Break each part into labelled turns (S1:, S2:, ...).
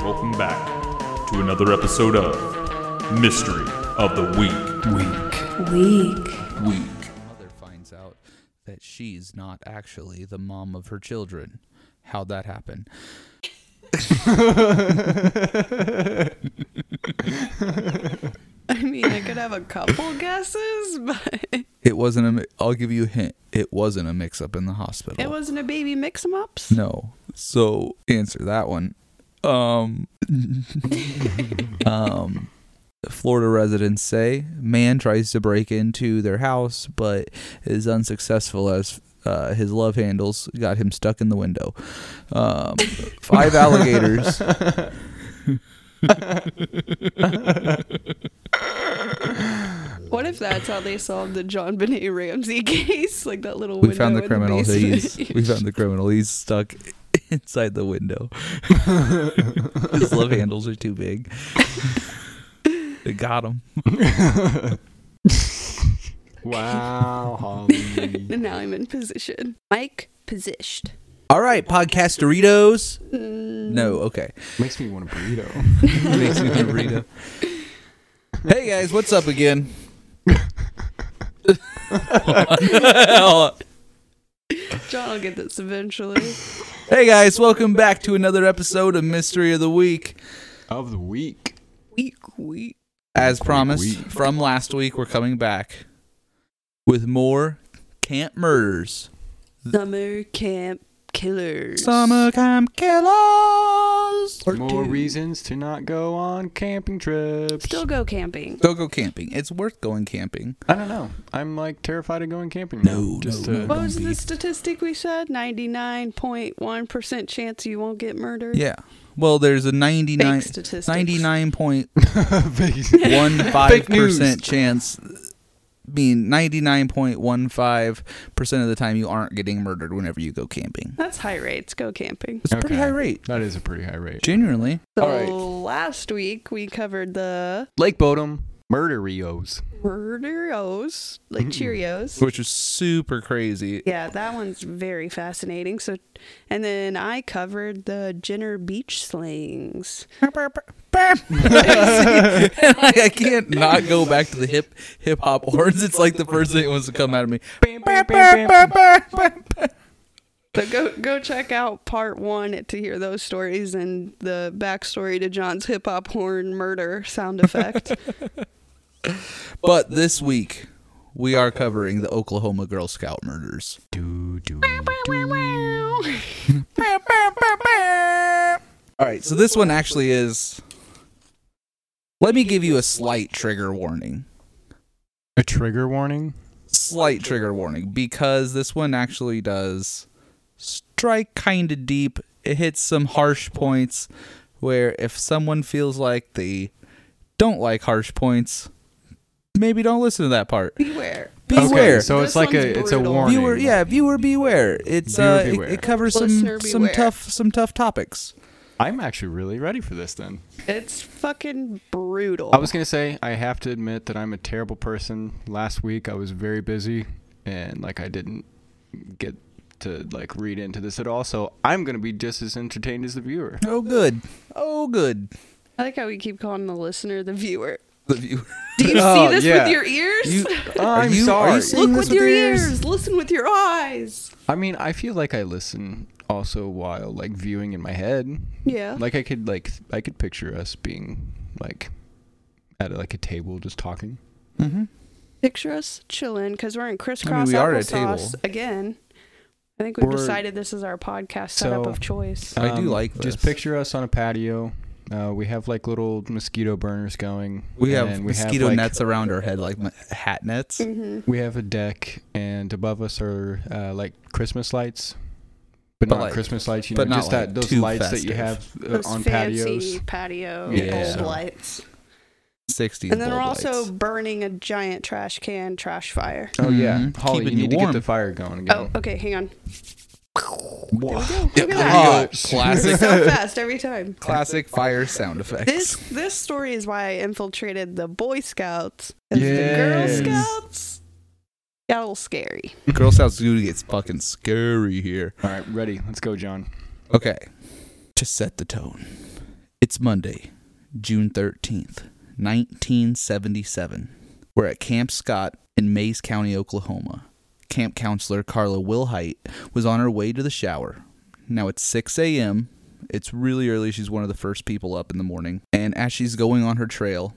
S1: welcome back to another episode of Mystery of the Week.
S2: Weak.
S3: Weak.
S1: Week.
S2: Mother finds out that she's not actually the mom of her children. How'd that happen?
S3: I mean, I could have a couple guesses, but
S2: It wasn't a. mi- I'll give you a hint. It wasn't a mix-up in the hospital.
S3: it wasn't a baby mix 'em ups.
S2: No. So answer that one. Um. um. Florida residents say man tries to break into their house but is unsuccessful as uh, his love handles got him stuck in the window. Um, five alligators.
S3: What if that's how they solved the John Benet Ramsey case? Like that little
S2: We
S3: window
S2: found the
S3: in
S2: criminal. he's,
S3: basement.
S2: we found the criminal. He's stuck inside the window. His love handles are too big. they got him.
S4: Wow, Holly.
S3: and now I'm in position. Mike positioned.
S2: All right, podcast Doritos.
S3: Mm.
S2: No, okay.
S4: Makes me want a burrito.
S2: Makes me want a burrito. Hey guys, what's up again? hey
S3: John will get this eventually.
S2: guys, welcome back to another episode of Mystery of the Week.
S4: Of the week.
S3: weak, weak.
S2: As promised
S4: Week.
S2: from last week, we're coming back with more camp murders.
S3: Summer camp killers.
S2: Summer camp killers.
S4: More reasons to not go on camping trips.
S3: Still go camping.
S2: Go go camping. It's worth going camping.
S4: I don't know. I'm like terrified of going camping.
S2: No,
S4: now, just
S2: no,
S4: to-
S2: no.
S3: What was
S2: Don't be-
S3: the statistic we said? 99.1% chance you won't get murdered.
S2: Yeah. Well, there's a 99
S3: Fake statistics.
S2: 99.1
S4: Vegas.
S2: one five
S4: Fake news.
S2: percent chance. I mean, ninety nine point one five percent of the time you aren't getting murdered whenever you go camping.
S3: That's high rates. Go camping.
S2: It's a pretty
S4: Okay.
S2: high rate,
S4: That is a pretty high rate.
S2: genuinely.
S3: So
S4: All right.
S3: last week we covered the
S4: Lake Bodom, murder Rios.
S3: Murderos, like Cheerios.
S2: Which is super crazy.
S3: Yeah, that one's very fascinating. So, and then I covered the Jenner Beach slings.
S2: like, I can't not go back to the hip hip hop horns. It's like the first thing that wants to come out of me.
S3: So go go check out part one to hear those stories and the backstory to John's hip hop horn murder sound effect.
S2: But this week we are covering the Oklahoma Girl Scout murders.
S4: Do, do.
S2: All right, so this one actually is. Let me give you a slight trigger warning.
S4: A trigger warning?
S2: Slight trigger warning because this one actually does strike kind of deep. It hits some harsh points where if someone feels like they don't like harsh points, maybe don't listen to that part.
S3: Beware.
S2: Beware.
S4: Okay, so
S3: This
S4: it's like
S3: one's
S4: a it's a
S3: brutal.
S4: warning.
S2: viewer, yeah, viewer beware. It's
S4: Viewer
S2: uh, it-
S4: beware.
S2: It, covers some
S3: Listener
S2: some
S3: beware.
S2: tough some tough topics.
S4: I'm actually really ready for this then.
S3: It's fucking brutal.
S4: I was gonna say I have to admit that I'm a terrible person. Last week I was very busy and like I didn't get to like read into this at all. So I'm gonna be just as entertained as the viewer.
S2: Oh good, oh good.
S3: I like how we keep calling the listener the viewer.
S2: The viewer.
S3: Do you
S4: Oh,
S3: see this
S4: yeah.
S3: with your ears?
S2: You,
S4: I'm
S2: you- Are
S4: sorry.
S2: you
S4: Look
S2: seeing
S3: Look
S2: this
S3: with your ears. Listen with your eyes.
S4: I mean, I feel like I listen also while like viewing in my head.
S3: Yeah.
S4: Like I could like I could picture us being like at like a table just talking.
S2: Mhm.
S3: Picture us chilling because we're in crisscross
S2: we are at a table.
S3: applesauce again. I think we've
S4: We're-
S3: decided this is our podcast setup
S4: So-
S3: of choice.
S2: I do like
S4: Um, Just
S2: this.
S4: picture us on a patio. Uh, we have like little mosquito burners going.
S2: We
S4: and
S2: have
S4: then
S2: mosquito
S4: like,
S2: nets around our head, like m- hat nets.
S3: hmm
S4: We have a deck, and above us are uh, like Christmas lights,
S2: But
S4: but, not
S2: like-
S4: Christmas lights. You
S2: but
S4: know,
S2: not
S4: just
S2: like
S4: that those
S2: too
S4: lights that you have
S2: festive.
S4: uh,
S3: Those
S4: on
S3: fancy
S4: patios.
S3: patio
S2: Yeah.
S3: bulb
S2: So-
S3: lights.
S2: 60s.
S3: And then
S2: bulb
S3: we're also
S2: lights.
S3: burning a giant trash can trash fire.
S4: Oh yeah,
S2: Mhm.
S4: Holly,
S2: Keeping you
S4: you need to
S2: warm.
S4: get the fire going again.
S3: Oh, okay, hang on.
S4: Yep,
S3: Look at
S4: there you
S3: that.
S2: Ah,
S4: go.
S3: So
S2: classic,
S3: fast every time.
S2: classic fire sound effects.
S3: This this story is why I infiltrated the Boy Scouts. 'cause
S4: Yes.
S3: The Girl Scouts got a little scary.
S2: Girl Scouts duty gets fucking scary here.
S4: All right, ready. Let's go, John.
S2: Okay, to set the tone. It's Monday, June 13th, 1977. We're at Camp Scott in Mays County, Oklahoma. Camp counselor Carla Wilhite was on her way to the shower. Now it's 6 a.m. It's really early. She's one of the first people up in the morning. And as she's going on her trail,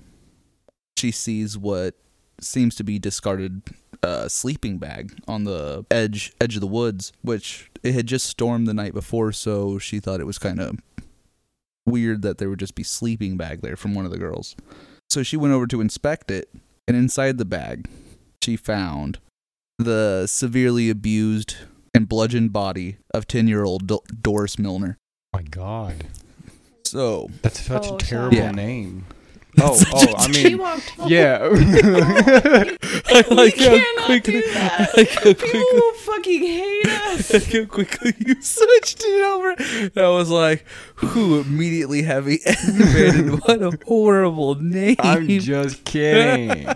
S2: she sees what seems to be discarded uh, sleeping bag on the edge edge of the woods, which it had just stormed the night before, so she thought it was kind of weird that there would just be sleeping bag there from one of the girls. So she went over to inspect it, and inside the bag, she found the severely abused and bludgeoned body of 10-year-old Do- Doris Milner.
S4: My God,
S2: So,
S4: that's such
S3: Oh,
S4: a terrible
S2: sorry.
S4: name. Oh,
S2: That's
S4: oh, I
S3: She
S4: mean,
S3: walked.
S4: yeah.
S2: I
S3: we cannot do that.
S2: how
S3: People will fucking hate us.
S2: Look how quickly you switched it over. And I was like, who immediately heavy animated. What a horrible name.
S4: I'm just kidding.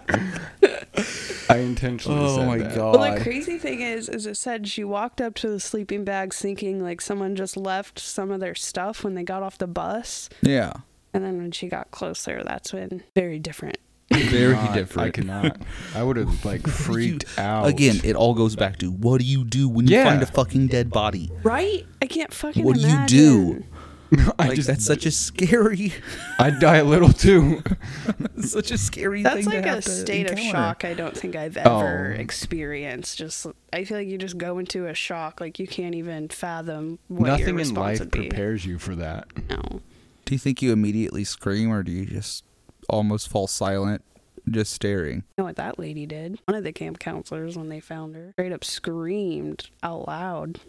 S4: I intentionally
S2: oh
S4: said
S2: my
S4: that.
S2: god.
S3: Well, the crazy thing is, is it said she walked up to the sleeping bags thinking like someone just left some of their stuff when they got off the bus,
S2: yeah.
S3: and then when she got closer, that's when very different.
S2: Very
S4: Not-
S2: different.
S4: I could not. I would have like freaked out
S2: Again, it all goes back to what do you do when you
S4: Yeah.
S2: find a fucking dead body?
S3: Right? I can't fucking.
S2: What do you
S3: imagine.
S2: do?
S4: I
S2: Like
S4: just
S2: that's such a scary,
S4: I'd die a little too.
S2: such a scary thing.
S3: That's
S2: to
S3: like a
S2: have to
S3: state of
S2: encounter.
S3: shock I don't think I've ever
S4: Oh.
S3: experienced. Just I feel like you just go into a shock like you can't even fathom what your
S4: Nothing in
S3: response
S4: life
S3: would be.
S4: prepares you for that.
S3: No.
S2: Do you think you immediately scream or do you just almost fall silent, just staring?
S3: You know what that lady did? One of the camp counselors, when they found her, straight up screamed out loud.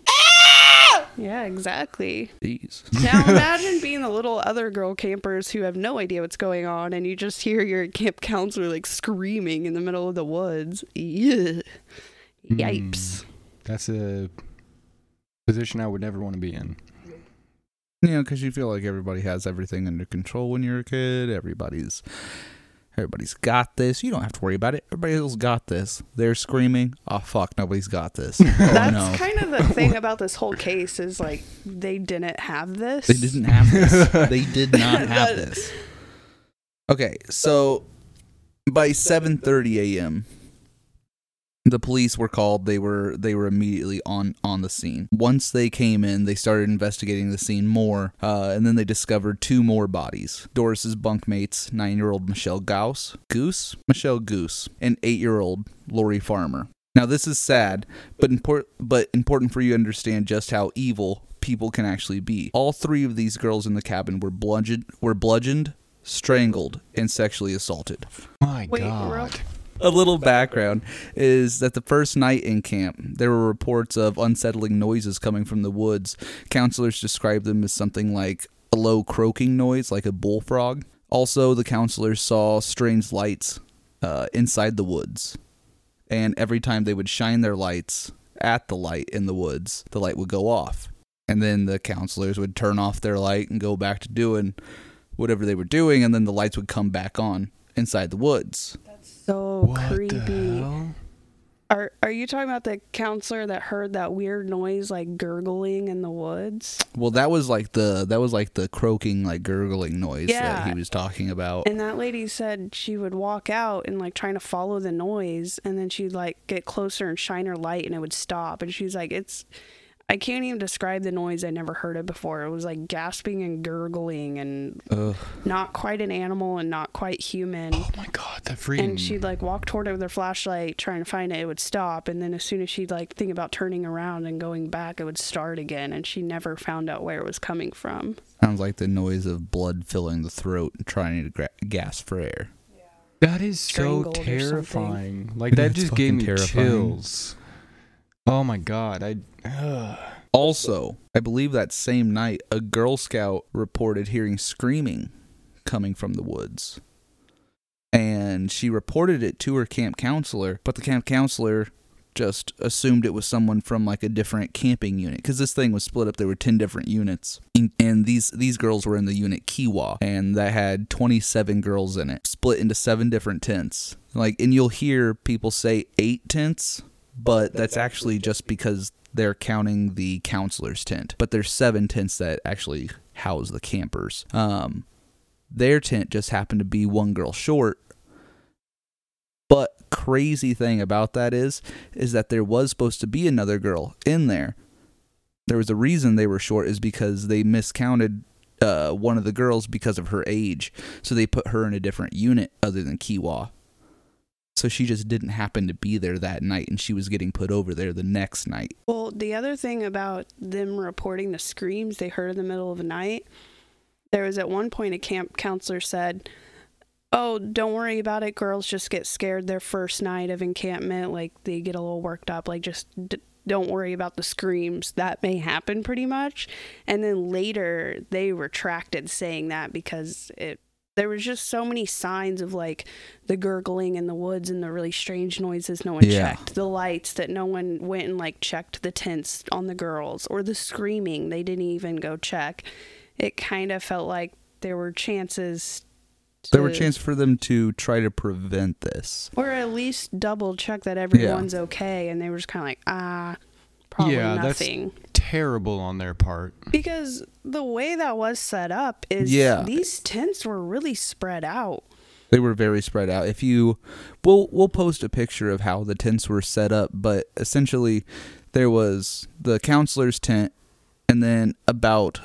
S3: yeah, exactly.
S2: Jeez.
S3: Now imagine being the little other girl campers who have no idea what's going on, and you just hear your camp counselor like screaming in the middle of the woods. Ugh.
S2: Hmm.
S3: Yipes!
S4: That's a position I would never want to be in.
S2: You know, because you feel like everybody has everything under control when you're a kid. Everybody's everybody's got this. You don't have to worry about it. Everybody else got this. They're screaming, "Oh fuck, nobody's got this." Oh
S3: That's
S2: no,
S3: kind of the thing about this whole case is like they didn't have this.
S2: they didn't have this. they did not have
S3: That-
S2: this. Okay, so by 7:30 a.m. the police were called. They were they were immediately on on the scene. Once they came in, they started investigating the scene more, uh, and then they discovered two more bodies: Doris's bunkmates, nine-year-old Michelle Gauss, Goose Michelle Goose, and eight-year-old Lori Farmer. Now this is sad, but important but important for you to understand just how evil people can actually be. All three of these girls in the cabin were bludgeoned were bludgeoned, strangled, and sexually assaulted
S4: My
S3: Wait,
S4: God.
S3: real-
S2: a little background is that the first night in camp, there were reports of unsettling noises coming from the woods. Counselors described them as something like a low croaking noise, like a bullfrog. Also, the counselors saw strange lights uh, inside the woods. And every time they would shine their lights at the light in the woods, the light would go off. And then the counselors would turn off their light and go back to doing whatever they were doing. And then the lights would come back on inside the woods.
S3: So
S4: What
S3: creepy.
S4: the hell?
S3: Are are you talking about the counselor that heard that weird noise like gurgling in the woods?
S2: Well, that was like the that was like the croaking, like gurgling noise that
S3: Yeah.
S2: he was talking about.
S3: And that lady said she would walk out and like trying to follow the noise and then she'd like get closer and shine her light and it would stop and she's like it's I can't even describe the noise. I never heard it before. It was like gasping and gurgling and
S2: Ugh.
S3: not quite an animal and not quite human.
S4: Oh my God, that freaking.
S3: and she'd like walk toward it with her flashlight trying to find it it would stop and then as soon as she'd like think about turning around and going back it would start again and she never found out where it was coming from
S2: Sounds like the noise of blood filling the throat and trying to gra- gasp for air.
S4: That is so
S3: strangled or something.
S4: terrifying. Like that
S2: It's
S4: just gave
S2: fucking
S4: me
S2: terrifying.
S4: chills. Oh my God, I. Ugh.
S2: Also, I believe that same night, a Girl Scout reported hearing screaming coming from the woods. And she reported it to her camp counselor, but the camp counselor just assumed it was someone from like a different camping unit because this thing was split up. There were 10 different units. And- And these, these girls were in the unit Kiwa, and that had 27 girls in it, split into seven different tents. Like, and you'll hear people say eight tents, but that's actually just because they're counting the counselor's tent. But there's seven tents that actually house the campers. Um, Their tent just happened to be one girl short. But crazy thing about that is is that there was supposed to be another girl in there. There was a reason they were short is because they miscounted uh, one of the girls because of her age, so they put her in a different unit other than Kiwa. So she just didn't happen to be there that night, and she was getting put over there the next night.
S3: Well, the other thing about them reporting the screams they heard in the middle of the night, there was at one point a camp counselor said, Oh, don't worry about it. Girls just get scared their first night of encampment. Like, they get a little worked up. Like, just d- don't worry about the screams. That may happen pretty much. And then later, they retracted saying that because it. There was just so many signs of like the gurgling in the woods and the really strange noises no one
S2: Yeah.
S3: checked the lights that no one went and like checked the tents on the girls or the screaming they didn't even go check it kind of felt like there were chances
S2: There were
S3: to-
S2: chances for them to try to prevent this.
S3: or at least double check that everyone's okay and they were just kind of like ah probably
S4: Yeah, that's-
S3: nothing
S4: Terrible on their part.
S3: because the way that was set up is
S2: Yeah.
S3: these tents were really spread out
S2: They were very spread out. If you, we'll we'll post a picture of how the tents were set up, but essentially, there was the counselor's tent, and then about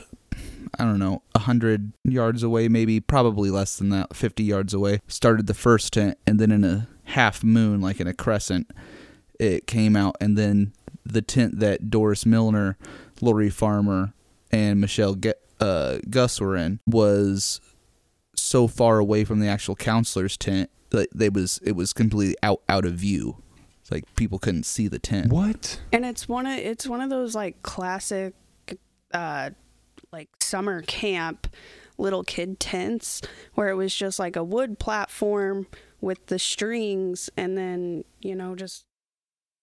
S2: I don't know a hundred yards away, maybe probably less than that, fifty yards away, started the first tent, and then in a half moon, like in a crescent, it came out, and then the tent that Doris Milner, Lori Farmer, and Michelle Ge- uh, Gus were in was so far away from the actual counselor's tent that they was it was completely out out of view. It's like people couldn't see the tent.
S4: What?
S3: and it's one of it's one of those like classic uh like summer camp little kid tents where it was just like a wood platform with the strings and then you know just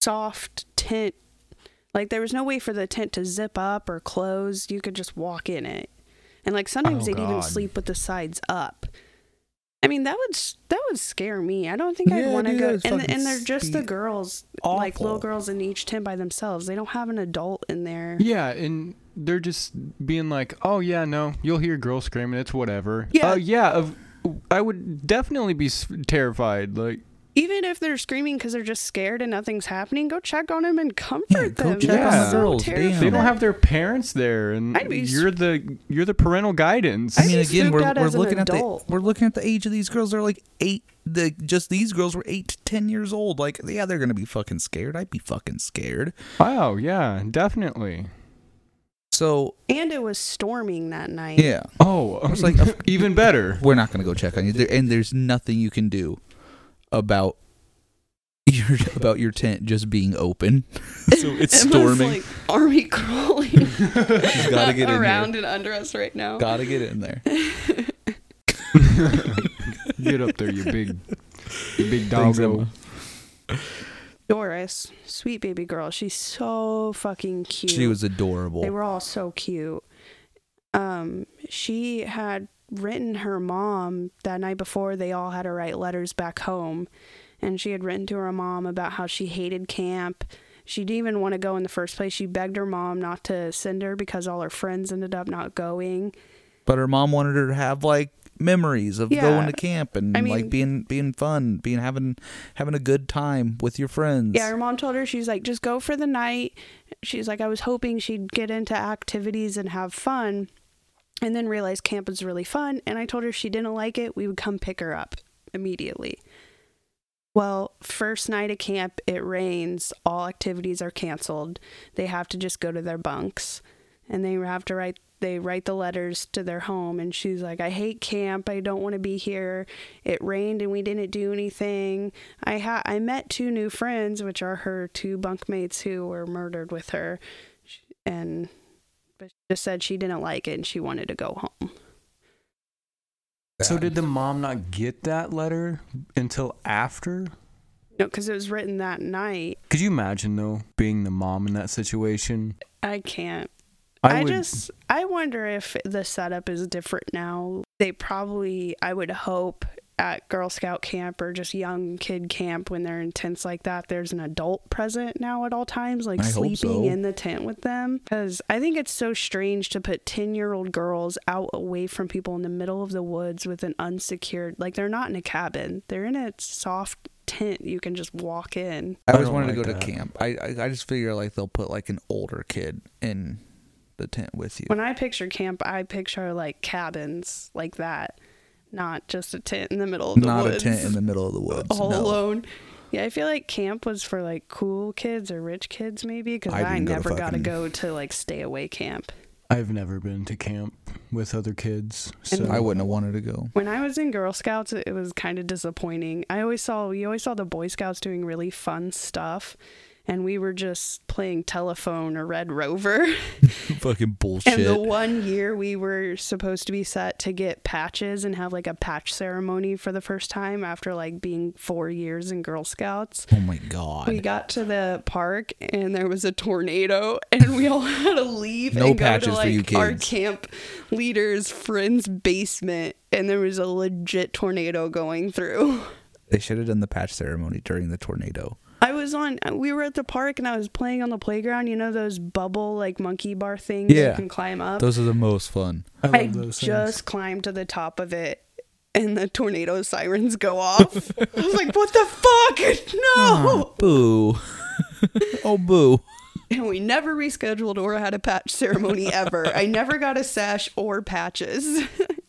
S3: soft tent like there was no way for the tent to zip up or close you could just walk in it and like sometimes
S4: Oh,
S3: they'd even
S4: God.
S3: sleep with the sides up i mean that would s- that would scare me i don't think
S2: Yeah,
S3: i'd want to
S2: dude,
S3: go
S2: that would
S3: and,
S2: fucking
S3: and they're just the
S2: be
S3: girls like
S2: awful.
S3: little girls in each tent by themselves they don't have an adult in there
S4: Yeah, and they're just being like, "Oh yeah, no, you'll hear girls screaming. It's whatever."
S3: Yeah.
S4: Uh, yeah. Of, I would definitely be s- terrified. Like,
S3: even if they're screaming because they're just scared and nothing's happening, go check on them and comfort
S2: Yeah, go
S3: them.
S2: check
S4: on
S3: That's
S4: the
S3: so
S2: girls, damn.
S3: terrifying.
S4: they don't have their parents there, and
S3: I'd be s-
S4: you're the you're the parental guidance.
S2: I
S3: I'd
S2: mean,
S3: be
S2: again,
S3: spooked
S2: we're,
S3: out
S2: we're
S3: as an
S2: looking at the
S3: adult.
S2: we're looking at the age of these girls. They're like eight. The just these girls were eight to ten years old. Like, yeah, they're gonna be fucking scared. I'd be fucking scared.
S4: oh yeah, definitely.
S2: So
S3: And it was storming that night.
S2: yeah,
S4: Oh, I
S2: was like, of-
S4: even better.
S2: we're not gonna go check on you. There, and there's nothing you can do about your about your tent just being open.
S1: So it's storming.
S3: like army crawling
S2: She's gotta get in there.
S3: around and under us right now.
S2: Gotta get in there.
S4: Get up there, you big, you big
S2: Thanks,
S4: doggo.
S2: Emma.
S3: Doris, sweet baby girl, she's so fucking cute.
S2: She was adorable.
S3: They were all so cute. Um, she had written her mom that night before they all had to write letters back home, and she had written to her mom about how she hated camp. She didn't even want to go in the first place. She begged her mom not to send her because all her friends ended up not going.
S2: but her mom wanted her to have like memories of
S3: Yeah.
S2: going to camp and
S3: I mean-
S2: like being being fun, being having having a good time with your friends.
S3: Yeah, her mom told her she's like, just go for the night. She's like, I was hoping she'd get into activities and have fun, and then realized camp was really fun. And I told her if she didn't like it, we would come pick her up immediately. Well, first night of camp, it rains. All activities are canceled. They have to just go to their bunks, and they have to write. They write the letters to their home, and she's like, "I hate camp. I don't want to be here. It rained, and we didn't do anything. I ha- I met two new friends, which are her two bunkmates who were murdered with her, Sh- and but she just said she didn't like it and she wanted to go home.
S4: So did the mom not get that letter until after?
S3: No, because it was written that night.
S4: Could you imagine though being the mom in that situation?
S3: I can't.
S4: I,
S3: I,
S4: would,
S3: just I wonder if the setup is different now. They probably I would hope at Girl Scout camp or just young kid camp when they're in tents like that, there's an adult present now at all times, like
S2: I hope
S3: sleeping
S2: so.
S3: in the tent with them. Because I think it's so strange to put 10 year old girls out away from people in the middle of the woods with an unsecured, like they're not in a cabin, they're in a soft tent you can just walk in.
S2: I always
S5: don't
S2: wanted to go
S5: like
S2: to
S5: that.
S2: camp. I, I I just figure like they'll put like an older kid in the tent with you.
S3: When I picture camp, I picture like cabins like that, not just a tent in the middle of the
S2: Not
S3: woods.
S2: a tent in the middle of the woods.
S3: all
S2: no.
S3: alone. Yeah, I feel like camp was for like cool kids or rich kids maybe because
S2: I
S3: I,
S2: didn't go to
S3: never got to
S2: fucking-
S3: go to like stay away camp.
S5: I've never been to camp with other kids. So
S3: And-
S2: I wouldn't have wanted to go.
S3: When I was in Girl Scouts, it was kind of disappointing. I always saw you always saw the Boy Scouts doing really fun stuff, and we were just playing telephone or Red Rover.
S2: Fucking bullshit.
S3: And the one year we were supposed to be set to get patches and have like a patch ceremony for the first time after like being four years in Girl Scouts.
S2: oh my god.
S3: We got to the park and there was a tornado, and we all had to leave
S2: No
S3: and go
S2: patches
S3: to
S2: for
S3: like
S2: you
S3: our
S2: kids.
S3: camp leader's friend's basement, and there was a legit tornado going through.
S2: They should have done the patch ceremony during the tornado.
S3: I was on. We were at the park, and I was playing on the playground. You know those bubble like monkey bar things you
S2: Yeah.
S3: can climb up.
S2: Those are the most fun.
S5: I love
S3: I
S5: those things.
S3: just climbed to the top of it. And the tornado sirens go off. I was like, "What the fuck? No!"
S5: Hmm.
S2: Boo. oh boo.
S3: and we never rescheduled or had a patch ceremony ever. I never got a sash or patches.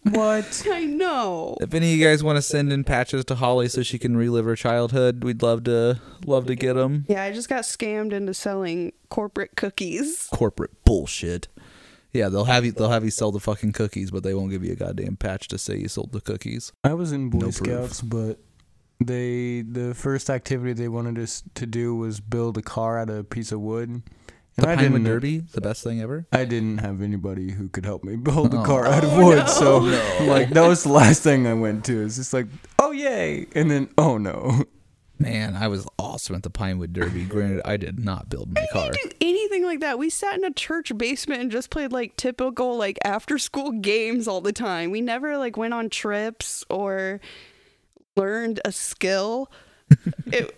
S5: What?
S3: I know.
S2: If any of you guys want to send in patches to Holly so she can relive her childhood, we'd love to love to get them.
S3: Yeah, I just got scammed into selling corporate cookies.
S2: Corporate bullshit. Yeah, they'll have you they'll have you sell the fucking cookies, but they won't give you a goddamn patch to say you sold the cookies.
S5: I was in Boy
S2: No proof.
S5: Scouts, but they the first activity they wanted us to do was build a car out of a piece of wood. And
S2: The
S5: I
S2: Pine
S5: didn't
S2: Wood Derby, the best thing ever.
S5: I didn't have anybody who could help me build a
S2: Oh.
S5: car out of
S3: Oh,
S5: wood,
S3: no.
S5: so like that was the last thing I went to. It's just like, oh yay, and then oh no.
S2: Man, I was awesome at the Pinewood Derby. Granted, I did not build my car.
S3: Do anything like that. We sat in a church basement and just played like typical like after school games all the time. We never like went on trips or learned a skill. It,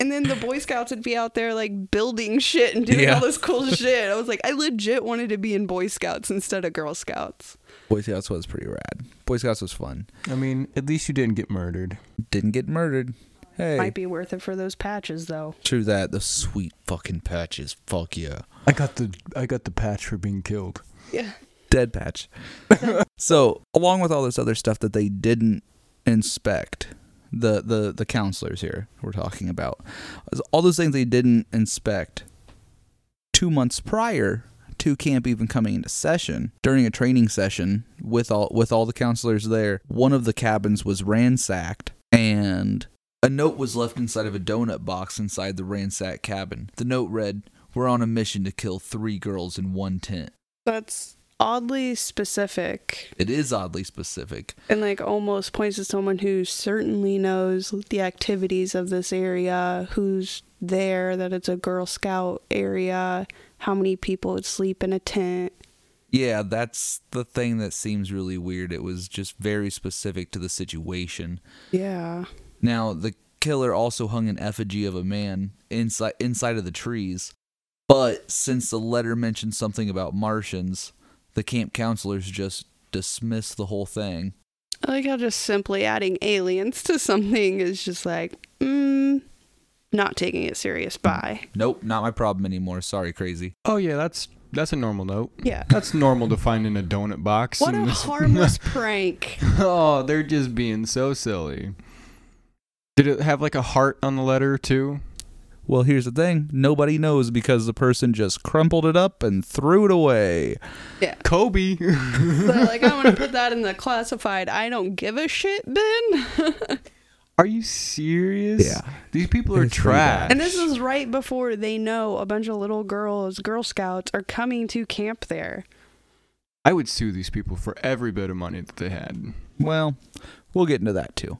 S3: and then the Boy Scouts would be out there like building shit and doing
S2: Yeah.
S3: all this cool shit. I was like, I legit wanted to be in Boy Scouts instead of Girl Scouts.
S2: Boy Scouts was pretty rad. Boy Scouts was fun.
S5: I mean, at least you didn't get murdered.
S2: Didn't get murdered. Hey,
S3: Might be worth it for those patches, though.
S2: true that. The sweet fucking patches. Fuck yeah.
S5: I got the I got the patch for being killed.
S3: Yeah.
S2: dead patch. so, along with all this other stuff that they didn't inspect, the the the counselors here we're talking about, is all those things they didn't inspect two months prior to camp even coming into session during a training session with all with all the counselors there one of the cabins was ransacked and a note was left inside of a donut box inside the ransacked cabin the note read we're on a mission to kill three girls in one tent
S3: That's oddly specific
S2: it is oddly specific.
S3: and like almost points to someone who certainly knows the activities of this area, who's there, that it's a Girl Scout area, how many people would sleep in a tent.
S2: Yeah, that's the thing that seems really weird. It was just very specific to the situation.
S3: Yeah.
S2: Now, the killer also hung an effigy of a man inside inside of the trees. But since the letter mentioned something about Martians, the camp counselors just dismissed the whole thing.
S3: I like how just simply adding aliens to something is just like, mm, not taking it serious. Bye.
S2: Nope, not my problem anymore. Sorry, crazy.
S4: Oh yeah, that's that's a normal note.
S3: Yeah.
S4: That's normal to find in a donut box.
S3: What a
S4: and this-
S3: harmless prank.
S4: oh, they're just being so silly. Did it have like a heart on the letter too?
S2: Well, here's the thing. Nobody knows because the person just crumpled it up and threw it away.
S3: Yeah.
S4: Kobe.
S3: But like I want to put that in the classified. I don't give a shit, Ben.
S4: Are you serious?
S2: Yeah.
S4: These people are
S2: It's pretty bad.
S4: trash.
S3: and this is right before they know a bunch of little girls, Girl Scouts, are coming to camp there.
S4: I would sue these people for every bit of money that they had.
S2: Well, we'll get into that too.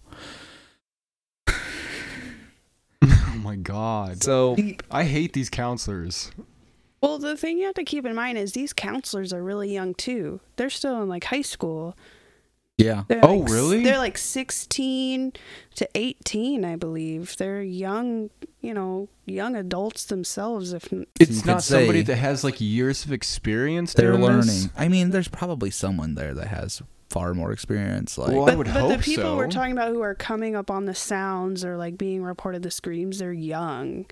S4: oh my god.
S2: So,
S4: I hate these counselors.
S3: Well, the thing you have to keep in mind is these counselors are really young too. They're still in like high school.
S2: Yeah.
S3: They're
S4: Oh,
S3: like s-
S4: really?
S3: They're like 16 to 18, I believe. They're young, you know, young adults themselves. If n-
S4: It's
S2: could
S4: not somebody
S2: say-
S4: that has like years of experience.
S2: They're
S4: doing
S2: learning.
S4: this?
S2: I mean, there's probably someone there that has far more experience. Like,
S4: Well, I
S3: but,
S4: would
S3: but
S4: hope
S3: the people
S4: so.
S3: we're talking about who are coming up on the sounds or like being reported the screams, they're young.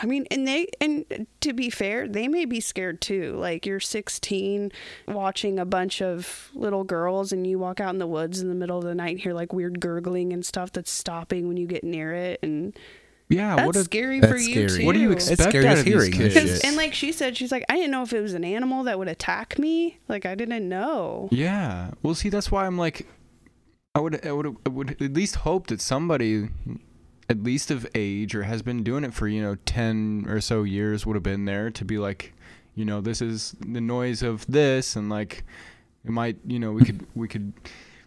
S3: I mean, and they and to be fair, they may be scared too. Like you're 16, watching a bunch of little girls, and you walk out in the woods in the middle of the night and hear like weird gurgling and stuff that's stopping when you get near it, and
S4: Yeah,
S3: that's
S4: what a,
S3: scary
S2: That's
S3: for you
S2: scary.
S3: too.
S4: what do you
S2: It's
S4: expect
S2: scary
S4: out
S2: as
S4: of these
S2: hearing that
S4: kids?
S2: shit.
S3: Because and like she said, she's like, I didn't know if it was an animal that would attack me. Like I didn't know.
S4: Yeah. Well, see, that's why I'm like, I would, I would, I would at least hope that somebody, at least of age or has been doing it for you know ten or so years, would have been there to be like, you know, this is the noise of this, and like, it might, you know, we could, we could.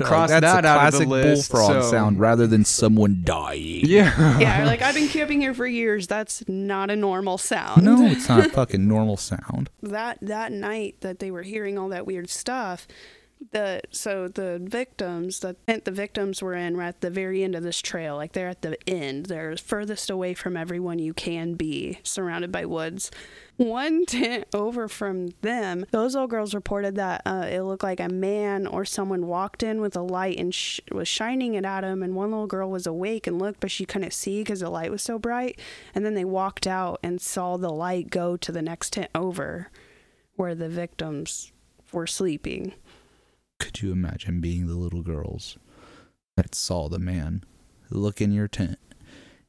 S4: cross
S2: that's
S4: that
S2: a
S4: out of the
S2: classic
S4: list,
S2: bullfrog
S4: so-
S2: sound rather than someone dying.
S4: Yeah.
S3: Yeah, like I've been camping here for years. That's not a normal sound.
S2: No, it's not a fucking normal sound.
S3: That that night that they were hearing all that weird stuff, the so the victims, the tent the victims were in were at the very end of this trail. Like they're at the end. They're furthest away from everyone you can be, surrounded by woods. One tent over from them, those little girls reported that uh, it looked like a man or someone walked in with a light and sh- was shining it at him. And one little girl was awake and looked, but she couldn't see because the light was so bright. And then they walked out and saw the light go to the next tent over where the victims were sleeping.
S2: Could you imagine being the little girls that saw the man look in your tent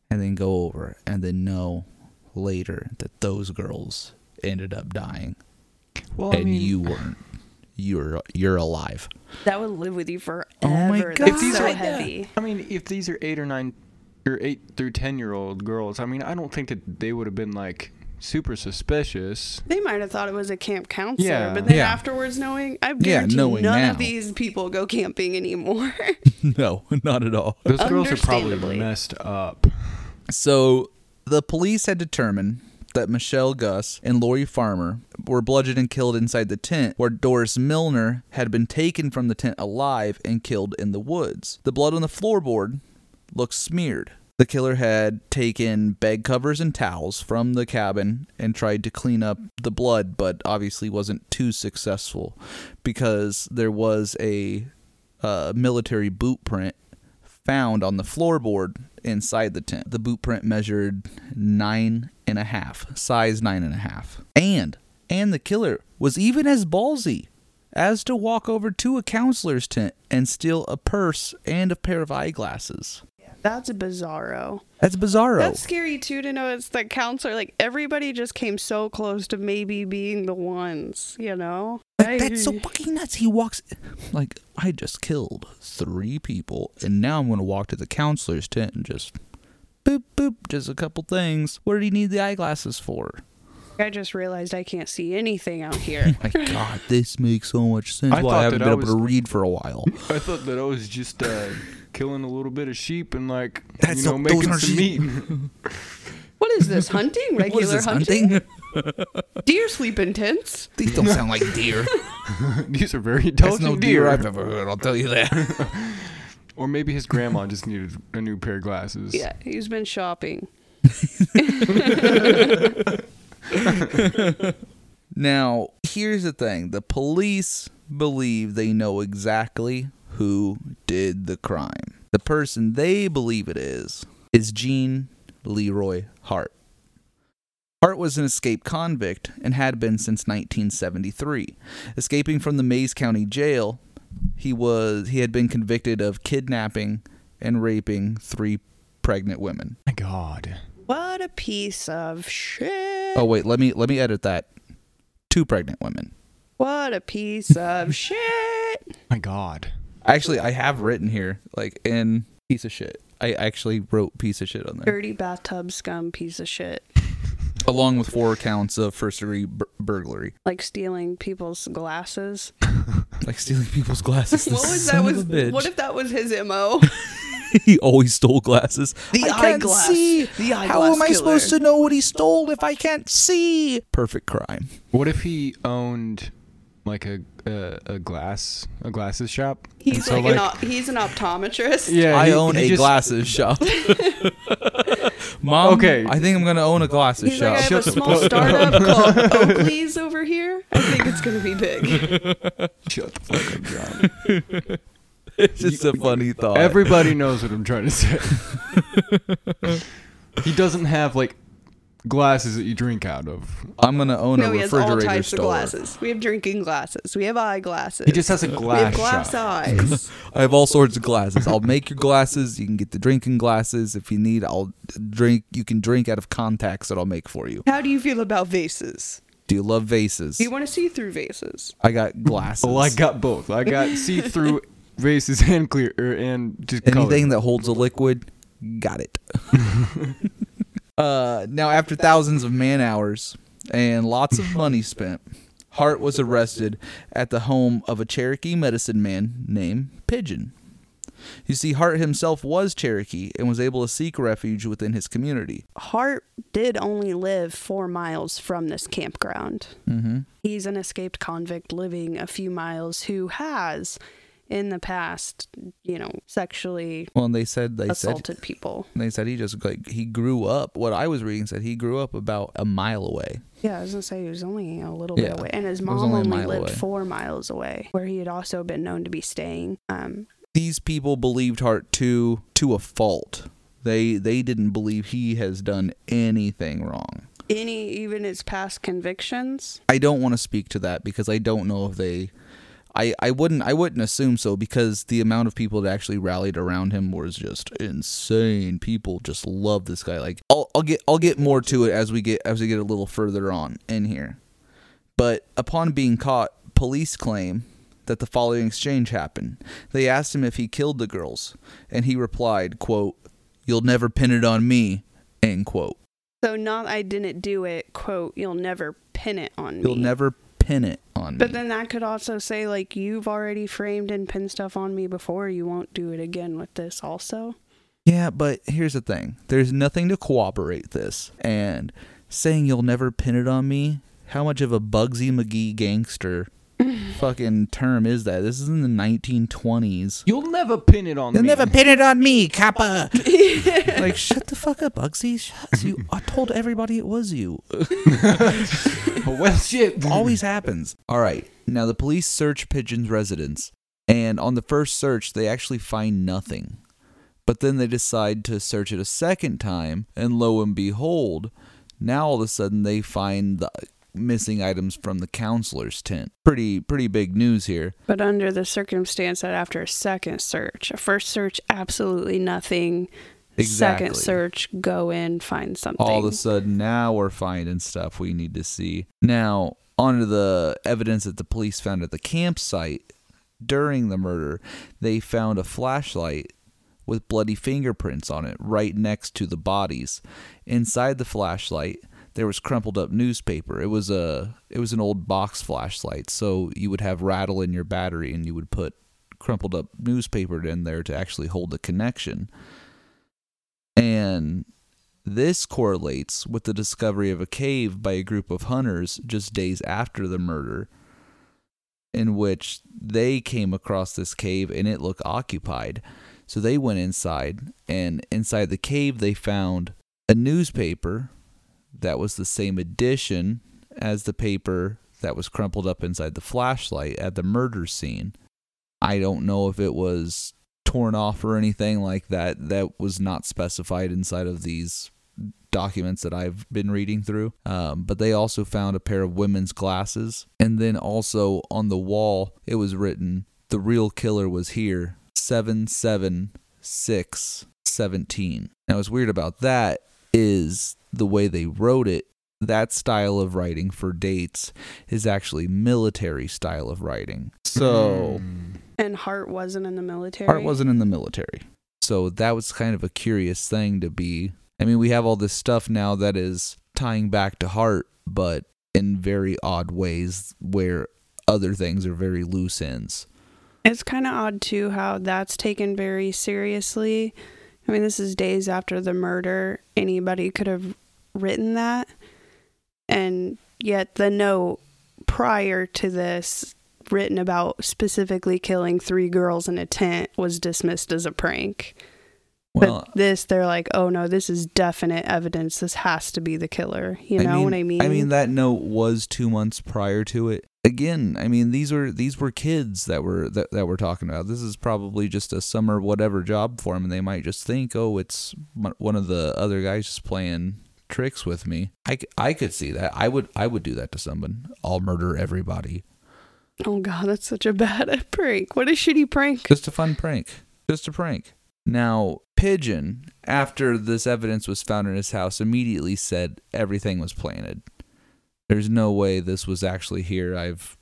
S2: and then go over and then know later that those girls ended up dying
S4: Well, I
S2: and
S4: mean,
S2: you weren't. You're you're alive.
S3: That would live with you forever.
S2: Oh my God.
S3: That's
S4: If these
S3: so
S4: are-
S3: heavy.
S4: I mean, if these are eight or nine, or eight through ten year old girls, I mean, I don't think that they would have been like super suspicious.
S3: They might have thought it was a camp counselor,
S4: Yeah.
S3: but then
S2: Yeah.
S3: afterwards, knowing I
S2: Yeah,
S3: guarantee
S2: knowing
S3: none
S2: now.
S3: of these people go camping anymore.
S2: No, not at all.
S4: Those girls are probably
S3: Understandably.
S4: messed up.
S2: So the police had determined that Michelle Gus and Lori Farmer were bludgeoned and killed inside the tent, where Doris Milner had been taken from the tent alive and killed in the woods. The blood on the floorboard looked smeared. The killer had taken bed covers and towels from the cabin and tried to clean up the blood, but obviously wasn't too successful because there was a uh, military boot print found on the floorboard inside the tent. The boot print measured nine and a half, size nine and a half. And and the killer was even as ballsy as to walk over to a counselor's tent and steal a purse and a pair of eyeglasses.
S3: That's bizarro.
S2: That's bizarro.
S3: That's scary too to know it's the counselor. Like everybody just came so close to maybe being the ones, you know?
S2: Like, that's so fucking nuts. He walks like I just killed three people, and now I'm gonna walk to the counselor's tent and just boop boop, just a couple things. What did he need the eyeglasses for?
S3: I just realized I can't see anything out here.
S2: Oh My God, this makes so much sense.
S4: I
S2: Why
S4: thought
S2: I haven't
S4: that
S2: been
S4: I
S2: able to
S4: was-
S2: read for a while.
S4: I thought that I was just uh, killing a little bit of sheep and like
S2: That's
S4: you know
S2: not- those
S4: making
S2: aren't
S4: some
S2: sheep.
S4: meat.
S3: what is this? Hunting? Regular
S2: What is this
S3: hunting?
S2: hunting?
S3: Deer sleep in tents?
S2: These don't sound like deer.
S4: These are very
S2: That's
S4: intelligent
S2: no
S4: deer.
S2: deer I've ever heard. I'll tell you that.
S4: Or maybe his grandma just needed a new pair of glasses.
S3: Yeah, he's been shopping.
S2: Now, here's the thing: the police believe they know exactly who did the crime. The person they believe it is is Gene Leroy Hart. Hart was an escaped convict and had been since 1973. Escaping from the Mays County Jail, he was he had been convicted of kidnapping and raping three pregnant women.
S4: My God.
S3: What a piece of shit.
S2: Oh wait, let me let me edit that. Two pregnant women.
S3: What a piece of shit.
S4: My God.
S2: Actually, I have written here like in piece of shit. I actually wrote piece of shit on there
S3: Dirty bathtub scum piece of shit.
S2: along with four counts of first degree bur- burglary,
S3: Like stealing people's glasses.
S2: like stealing people's glasses.
S3: What was that? Was what if that was his mo?
S2: he always stole glasses? The
S3: eyeglass. The
S2: How
S3: eyeglass
S2: am I
S3: killer.
S2: supposed to know what he stole if I can't see? Perfect crime.
S4: What if he owned like a, a, a glass a glasses shop.
S3: He's
S4: And so,
S3: like, an op- he's an optometrist.
S4: yeah,
S2: I
S4: he-
S2: own
S4: he
S2: a
S4: just-
S2: glasses shop. Mom,
S4: Okay.
S2: I think I'm gonna own a glasses
S3: He's like, I
S2: shop.
S3: have a
S4: Shut the
S3: small
S4: fuck
S3: startup called Oakley's over here. I think it's gonna be big.
S4: Shut the fuck up, John.
S2: it's just a funny thought.
S4: Everybody knows what I'm trying to say. he doesn't have like glasses that you drink out of.
S2: I'm gonna own
S3: No,
S2: a
S3: he has all
S2: refrigerator
S3: types
S2: store.
S3: of glasses. We have drinking glasses. We have eyeglasses.
S4: He just has a
S3: we have
S4: glass,
S3: glass
S4: shop.
S3: eyes.
S2: I have all sorts of glasses. I'll make your glasses. You can get the drinking glasses if you need. I'll drink. You can drink out of contacts that I'll make for you.
S3: How do you feel about vases?
S2: Do you love vases?
S3: Do you want to see through vases?
S2: I got glasses.
S4: Well, Oh, I got both. I got see-through vases and clear er, and just colored.
S2: Anything that holds a liquid, got it. uh, now, after thousands of man hours and lots of money spent, Hart was arrested at the home of a Cherokee medicine man named Pigeon. You see, Hart himself was Cherokee and was able to seek refuge within his community.
S3: Hart did only live four miles from this campground.
S2: Mm-hmm.
S3: He's an escaped convict living a few miles who has, in the past, you know, sexually
S2: Well, and they said they said
S3: assaulted people.
S2: they said he just like he grew up. What I was reading said he grew up about a mile away.
S3: Yeah, I was gonna say he was only a little
S2: Yeah.
S3: bit away, and his
S2: It was
S3: mom
S2: only a
S3: only,
S2: mile
S3: lived
S2: away.
S3: four miles away, where he had also been known to be staying. Um,
S2: these people believed Hart to to a fault. They they didn't believe he has done anything wrong.
S3: any even his past convictions.
S2: I don't want to speak to that because I don't know if they I, I wouldn't I wouldn't assume so because the amount of people that actually rallied around him was just insane. People just love this guy. Like I'll I'll get I'll get more to it as we get as we get a little further on in here. But upon being caught, police claim that the following exchange happened. They asked him if he killed the girls, and he replied, quote, You'll never pin it on me, end quote.
S3: So not I didn't do it. Quote, you'll never pin it on
S2: You'll
S3: me.
S2: never pin it on
S3: But
S2: me.
S3: then that could also say like you've already framed and pinned stuff on me before. You won't do it again with this. Also,
S2: Yeah, but here's the thing. There's nothing to corroborate this. And saying you'll never pin it on me, how much of a Bugsy McGee gangster fucking term is that? This is in the 1920s.
S4: You'll never pin it on
S2: You'll
S4: me.
S2: never pin it on me, Kappa. like, shut the fuck up, Bugsy. Shut you. I told everybody it was you.
S4: well, shit.
S2: Always happens. All right. Now the police search Pigeon's residence, and on the first search, they actually find nothing. But then they decide to search it a second time, and lo and behold, now all of a sudden they find the missing items from the counselor's tent. Pretty pretty big news here.
S3: but under the circumstance that after a second search, a first search absolutely nothing.
S2: Exactly.
S3: Second search, go in find something.
S2: all of a sudden now we're finding stuff we need to see. Now, onto the evidence that the police found at the campsite during the murder, they found a flashlight with bloody fingerprints on it right next to the bodies. Inside the flashlight, there was crumpled up newspaper. It was a it was an old box flashlight, so you would have rattle in your battery and you would put crumpled up newspaper in there to actually hold the connection. And this correlates with the discovery of a cave by a group of hunters just days after the murder, in which they came across this cave and it looked occupied. So they went inside, and inside the cave, they found a newspaper that was the same edition as the paper that was crumpled up inside the flashlight at the murder scene. I don't know if it was torn off or anything like that. That was not specified inside of these documents that I've been reading through. Um, but they also found a pair of women's glasses. And then also on the wall, it was written, The real killer was here, 77617. Now, what's weird about that is the way they wrote it. That style of writing for dates is actually military style of writing. So.
S4: Hmm.
S3: and Hart wasn't in the military.
S2: Hart wasn't in the military. So that was kind of a curious thing to be. I mean, we have all this stuff now that is tying back to Hart, but in very odd ways where other things are very loose ends.
S3: It's kind of odd too how that's taken very seriously. I mean, this is days after the murder. Anybody could have written that, and yet the note prior to this written about specifically killing three girls in a tent was dismissed as a prank.
S2: Well,
S3: but this, they're like, oh no, this is definite evidence. This has to be the killer. You know what I mean?
S2: I mean that note was two months prior to it. Again, I mean these were these were kids that were that, that we're talking about. This is probably just a summer whatever job for them, and they might just think, oh, it's m- one of the other guys just playing tricks with me. I, c- I could see that. I would I would do that to someone. I'll murder everybody.
S3: oh god, that's such a bad prank. What a shitty prank.
S2: Just a fun prank. Just a prank. Now, Pigeon, after this evidence was found in his house, immediately said everything was planted. There's no way this was actually here. I've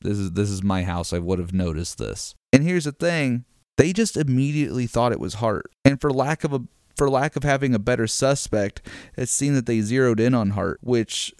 S2: this is this is my house. I would have noticed this. And here's the thing, they just immediately thought it was Hart. And for lack of a for lack of having a better suspect, it seemed that they zeroed in on Hart, which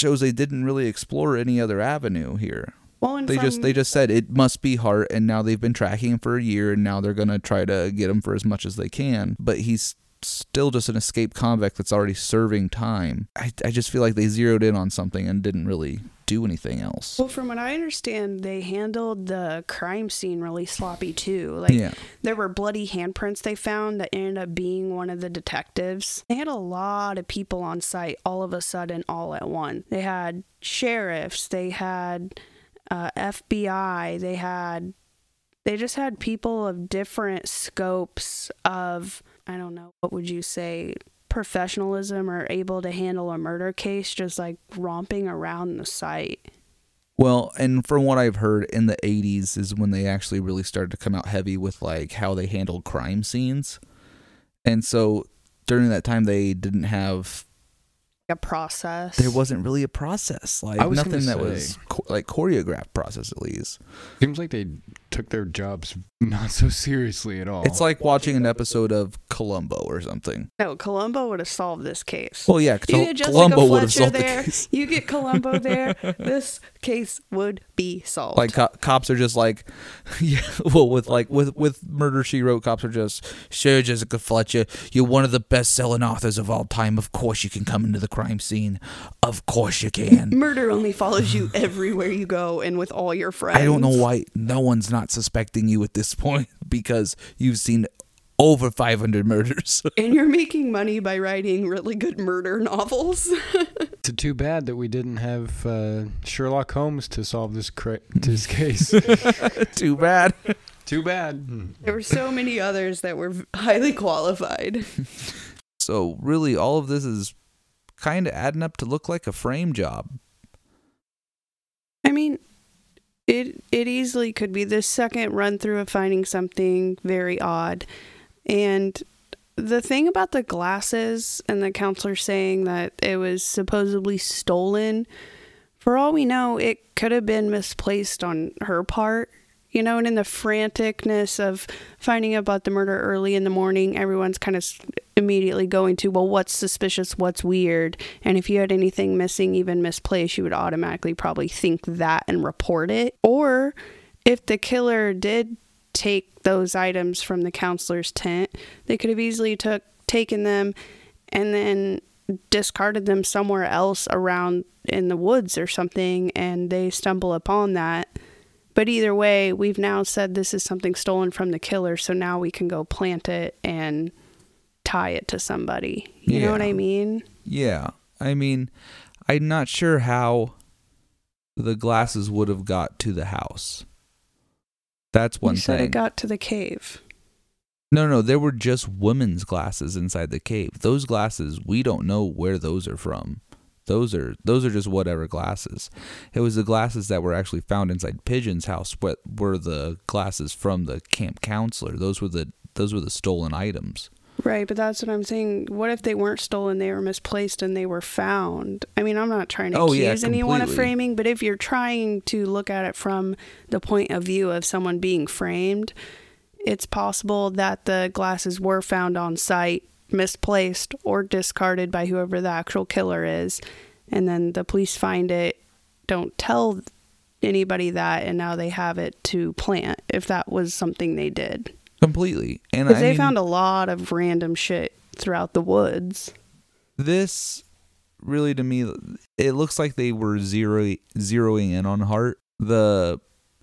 S2: shows they didn't really explore any other avenue here
S3: Well, and
S2: they just
S3: from-
S2: they just said it must be Hart, and now they've been tracking him for a year, and now they're gonna try to get him for as much as they can. But he's still just an escaped convict that's already serving time. I, I just feel like they zeroed in on something and didn't really do anything else.
S3: Well, from what I understand, they handled the crime scene really sloppy too. Like
S2: Yeah.
S3: there were bloody handprints they found that ended up being one of the detectives. They had a lot of people on site all of a sudden, all at once. They had sheriffs, they had uh, FBI, they had they just had people of different scopes of I don't know what would you say professionalism or able to handle a murder case just like romping around the site.
S2: Well, and from what I've heard, in the '80s is when they actually really started to come out heavy with like how they handled crime scenes, and so during that time they didn't have
S3: a process.
S2: there wasn't really a process like
S4: I was
S2: nothing
S4: gonna
S2: that
S4: say-
S2: was cho- like choreographed process at least
S4: Seems like they took their jobs not so seriously at
S3: Oh,
S4: all.
S2: It's like watching an episode of Columbo or something.
S3: No, Columbo would have solved this case.
S2: Well, yeah,
S3: you
S2: Col-
S3: get Jessica
S2: Columbo would have
S3: Fletcher
S2: solved
S3: there.
S2: the case.
S3: You get Columbo there. this case would be solved.
S2: Like co- cops are just like, yeah. Well, with like with with Murder She Wrote, cops are just sure Jessica Fletcher, you're one of the best selling authors of all time. Of course you can come into the crime scene. Of course you can.
S3: Murder only follows you everywhere you go and with all your friends.
S2: I don't know why no one's not suspecting you at this point because you've seen over 500 murders.
S3: And you're making money by writing really good murder novels.
S4: It's too bad that we didn't have uh, Sherlock Holmes to solve this cra- this case.
S2: Too bad.
S4: too bad.
S3: there were so many others that were highly qualified.
S2: So really, all of this is kind of adding up to look like a frame job.
S3: I mean, it it easily could be the second run through of finding something very odd. And the thing about the glasses and the counselor saying that it was supposedly stolen, for all we know, it could have been misplaced on her part. You know, and in the franticness of finding out about the murder early in the morning, everyone's kind of s- immediately going to, well, what's suspicious, what's weird. And if you had anything missing, even misplaced, you would automatically probably think that and report it. Or if the killer did take those items from the counselor's tent, they could have easily took taken them and then discarded them somewhere else around in the woods or something and they stumble upon that. But either way, we've now said this is something stolen from the killer, so now we can go plant it and tie it to somebody. You know what
S2: Yeah.
S3: I mean?
S2: Yeah, I mean, I'm not sure how the glasses would have got to the house. That's one
S3: you said
S2: thing.
S3: it got to the cave.
S2: no, no, there were just women's glasses inside the cave. Those glasses, we don't know where those are from. Those are those are just whatever glasses. It was the glasses that were actually found inside Pigeon's house. What were the glasses from the camp counselor? Those were the those were the stolen items.
S3: Right, but that's what I'm saying. What if they weren't stolen, they were misplaced, and they were found? I mean, I'm not trying to
S2: Oh, yeah,
S3: accuse anyone of
S2: completely.
S3: framing, but if you're trying to look at it from the point of view of someone being framed, it's possible that the glasses were found on site, misplaced, or discarded by whoever the actual killer is. And then the police find it, don't tell anybody that, and now they have it to plant if that was something they did.
S2: Completely. And I
S3: Because they
S2: mean,
S3: found a lot of random shit throughout the woods.
S2: this really to me it looks like they were zero zeroing in on Hart. the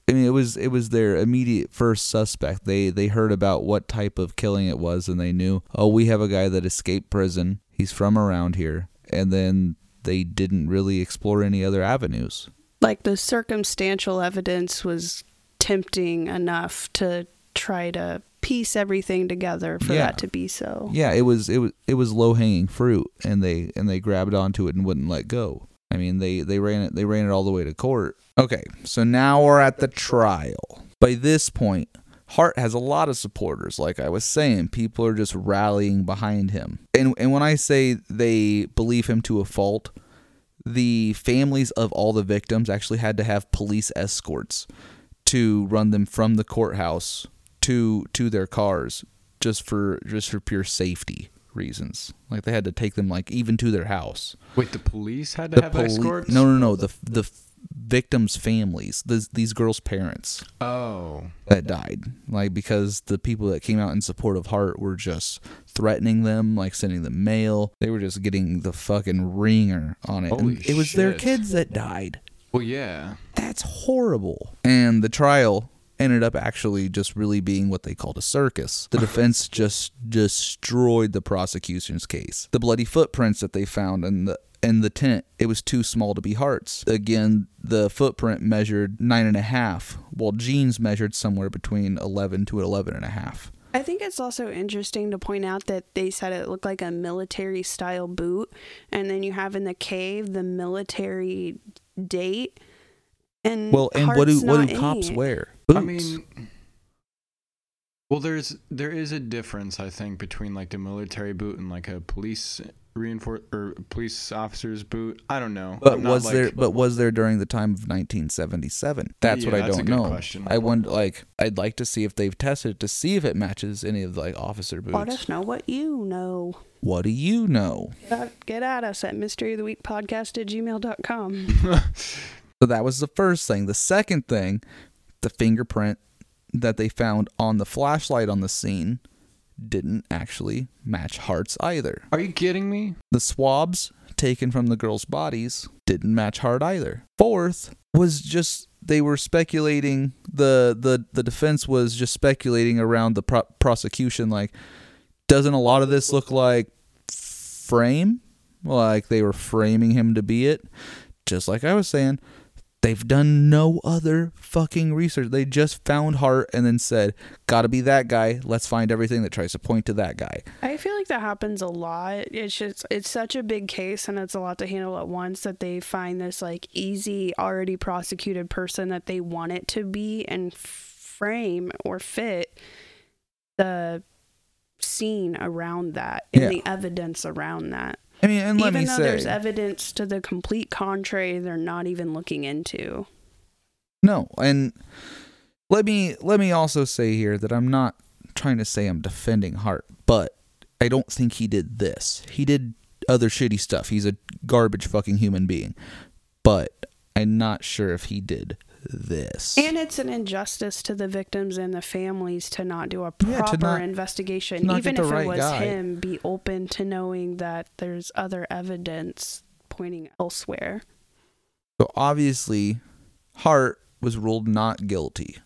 S2: I mean it was it was their immediate first suspect. They they heard about what type of killing it was and they knew, "Oh, we have a guy that escaped prison. He's from around here." And then they didn't really explore any other avenues.
S3: Like the circumstantial evidence was tempting enough to try to piece everything together for
S2: Yeah.
S3: that to be so.
S2: Yeah, it was it was it was low hanging fruit, and they and they grabbed onto it and wouldn't let go. I mean, they they ran it they ran it all the way to court. Okay, so now we're at the trial. By this point, Hart has a lot of supporters. Like I was saying, people are just rallying behind him. And and when I say they believe him to a fault, the families of all the victims actually had to have police escorts to run them from the courthouse to to their cars just for just for pure safety reasons. Like they had to take them like even to their house.
S4: Wait, the police had to have
S2: poli-
S4: escorts?
S2: No, no, no. The the victims' families, the, these girls' parents
S4: Oh.
S2: that died, like because the people that came out in support of Hart were just threatening them, like sending them mail. They were just getting the fucking ringer on it. And
S4: Holy
S2: it was their
S4: shit.
S2: kids that died.
S4: Well, yeah.
S2: That's horrible. And the trial ended up actually just really being what they called a circus. The defense just destroyed the prosecution's case. The bloody footprints that they found in the in the tent, it was too small to be Hart's. Again, the footprint measured nine and a half, while Jean's measured somewhere between eleven to eleven and a half.
S3: I think it's also interesting to point out that they said it looked like a military style boot, and then you have in the cave the military date. And
S2: Well, and what do
S3: Hart's
S2: what
S3: not
S2: do
S3: in
S2: cops
S3: it.
S2: wear?
S4: I
S2: Boots.
S4: mean, well, there's there is a difference, I think, between like the military boot and like a police reinforce or police officer's boot. I don't know.
S2: But
S4: I'm not,
S2: was
S4: like-
S2: there? But was there during the time of 1977? That's what
S4: Yeah,
S2: I
S4: that's a
S2: don't
S4: good
S2: know.
S4: question.
S2: I wonder, like, I'd like to see if they've tested to see if it matches any of the, like officer boots.
S3: Let us know what you know.
S2: What do you know?
S3: Get at- Get at us at mystery of the week podcast at gmail.com.
S2: So that was the first thing. The second thing, the fingerprint that they found on the flashlight on the scene didn't actually match Hart's either.
S4: Are you kidding me?
S2: The swabs taken from the girls' bodies didn't match hard either. Fourth was just they were speculating the the the defense was just speculating around the pro- prosecution like doesn't a lot of this look like frame like they were framing him to be it just like I was saying they've done no other fucking research they just found Hart and then said got to be that guy let's find everything that tries to point to that guy
S3: I feel like that happens a lot. It's just it's such a big case and it's a lot to handle at once that they find this like easy already prosecuted person that they want it to be and frame or fit the scene around that and
S2: Yeah.
S3: the evidence around that.
S2: I mean and let
S3: even
S2: me
S3: though
S2: say
S3: there's evidence to the complete contrary they're not even looking into.
S2: No, and let me let me also say here that I'm not trying to say I'm defending Hart, but I don't think he did this. He did other shitty stuff. He's a garbage fucking human being. But I'm not sure if he did this.
S3: And it's an injustice to the victims and the families to not do a proper
S2: Yeah, to not- to
S3: investigation,
S2: not
S3: even
S2: get the
S3: if
S2: right
S3: it was
S2: guy.
S3: him. Be open to knowing that there's other evidence pointing elsewhere.
S2: so obviously Hart was ruled not guilty.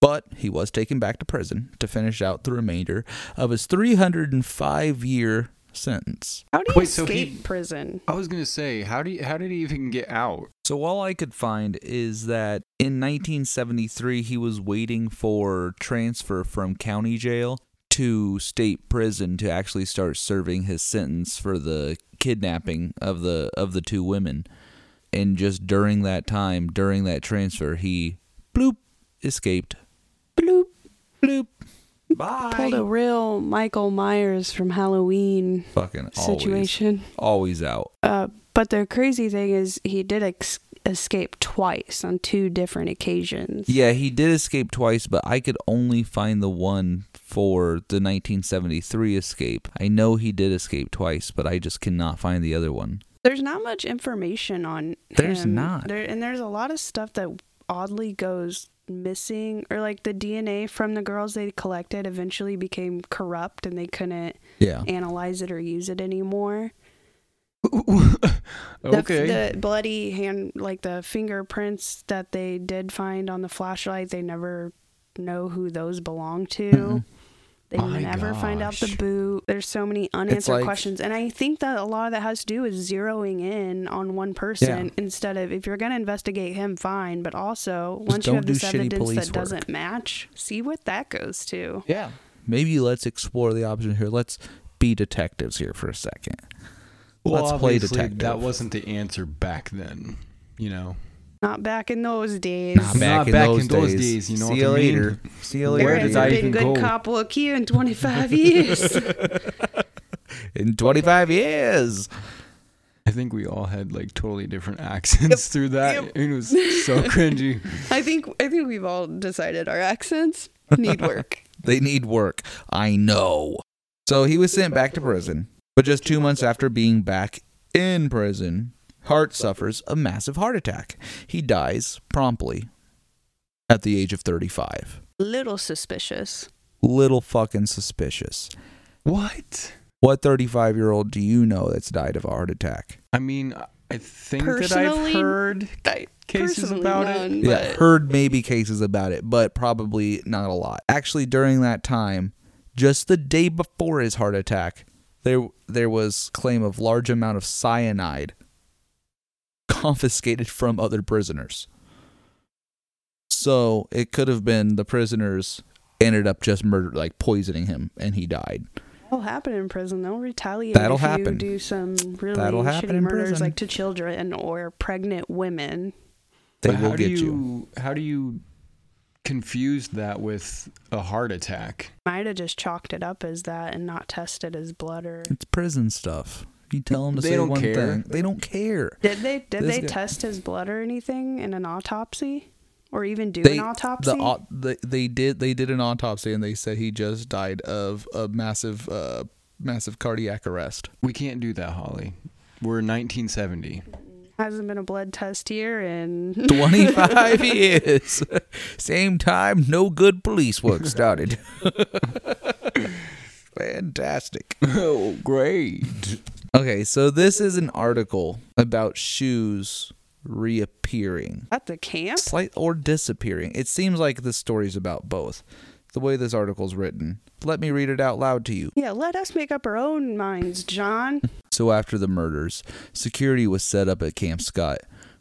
S2: But he was taken back to prison to finish out the remainder of his 305 year sentence.
S3: How do you
S4: Wait, so
S3: escape
S4: he-
S3: prison?
S4: I was gonna say, how do you, how did he even get out?
S2: So all I could find is that in 1973 he was waiting for transfer from county jail to state prison to actually start serving his sentence for the kidnapping of the of the two women. And just during that time, during that transfer, he bloop escaped.
S3: Bloop.
S2: Bloop. Bye.
S3: Pulled a real Michael Myers from Halloween
S2: Fucking always,
S3: situation.
S2: always out.
S3: Uh, but the crazy thing is, he did ex- escape twice on two different occasions.
S2: Yeah, he did escape twice, but I could only find the one for the 1973 escape. I know he did escape twice, but I just cannot find the other one.
S3: There's not much information on
S2: There's
S3: him.
S2: not.
S3: There and there's a lot of stuff that oddly goes missing or like the DNA from the girls they collected
S2: Oh.
S3: eventually became corrupt and they couldn't
S2: Yeah.
S3: analyze it or use it anymore. The,
S4: okay.
S3: the bloody hand, like the fingerprints that they did find on the flashlight, they never know who those belong to. They
S4: My
S3: never find out the
S4: gosh.
S3: boot. There's so many unanswered
S2: like-
S3: questions. And I think that a lot of that has to do with zeroing in on one person instead of if you're going to investigate him, fine. But also, once you
S2: don't
S3: have
S2: do
S3: this
S2: shitty
S3: evidence
S2: police
S3: that
S2: work.
S3: doesn't match, see what that goes to.
S2: Yeah. Maybe let's explore the option here. Let's be detectives here for a second. Let's play
S4: obviously,
S2: detective.
S4: That wasn't the answer back then. You know,
S3: Not back in those days.
S2: Nah, back,
S4: Not
S2: in,
S4: back
S2: those
S4: in those
S2: days.
S4: days, you know
S2: See
S4: what
S2: you
S4: I mean?
S2: later. See you later.
S4: Where
S3: There
S4: did
S3: hasn't
S4: I
S3: been
S4: even
S3: good
S4: go?
S3: cop look you in 25 years.
S2: in 25 years.
S4: I think we all had like totally different accents through that.
S3: Yep.
S4: It was so cringy.
S3: I think I think we've all decided our accents need work.
S2: They need work. I know. So he was sent back to prison, but just two months after being back in prison, Hart suffers a massive heart attack. He dies promptly at the age of 35.
S3: Little suspicious.
S2: Little fucking suspicious.
S4: What?
S2: What 35 year old do you know that's died of a heart attack?
S4: I mean, I think
S3: Personally,
S4: that I've heard cases about it.
S2: Yeah, heard maybe cases about it, but probably not a lot. Actually, during that time, just the day before his heart attack, there there was claim of large amount of cyanide confiscated from other prisoners. So it could have been the prisoners ended up just murder like poisoning him, and he died.
S3: That'll happen in prison. They'll retaliate
S2: That'll
S3: if
S2: happen.
S3: you do some really
S2: That'll happen
S3: shitty
S2: in
S3: murders
S2: prison.
S3: like to children or pregnant women.
S2: They
S4: But
S2: will
S4: how do
S2: get you.
S4: How do you confuse that with a heart attack?
S3: Might have just chalked it up as that and not tested as blood or
S2: It's prison stuff. You tell them to
S4: They
S2: say
S4: don't
S2: one
S4: care.
S2: thing, they don't care.
S3: did they did
S2: This
S3: they
S2: guy-
S3: test his blood or anything in an autopsy? Or even do
S2: they,
S3: an autopsy?
S2: The, au- the, they did they did an autopsy and they said he just died of a massive uh, massive cardiac arrest.
S4: We can't do that, Holly. We're 1970.
S3: Hasn't been a blood test here and
S2: 25 years. Same time no good police work started. Fantastic.
S4: Oh, great.
S2: Okay, so this is an article about shoes reappearing.
S3: at the camp?
S2: Slight or disappearing. It seems like this story's about both. The way this article's written. Let me read it out loud to you.
S3: Yeah, let us make up our own minds, John.
S2: So after the murders, security was set up at Camp Scott,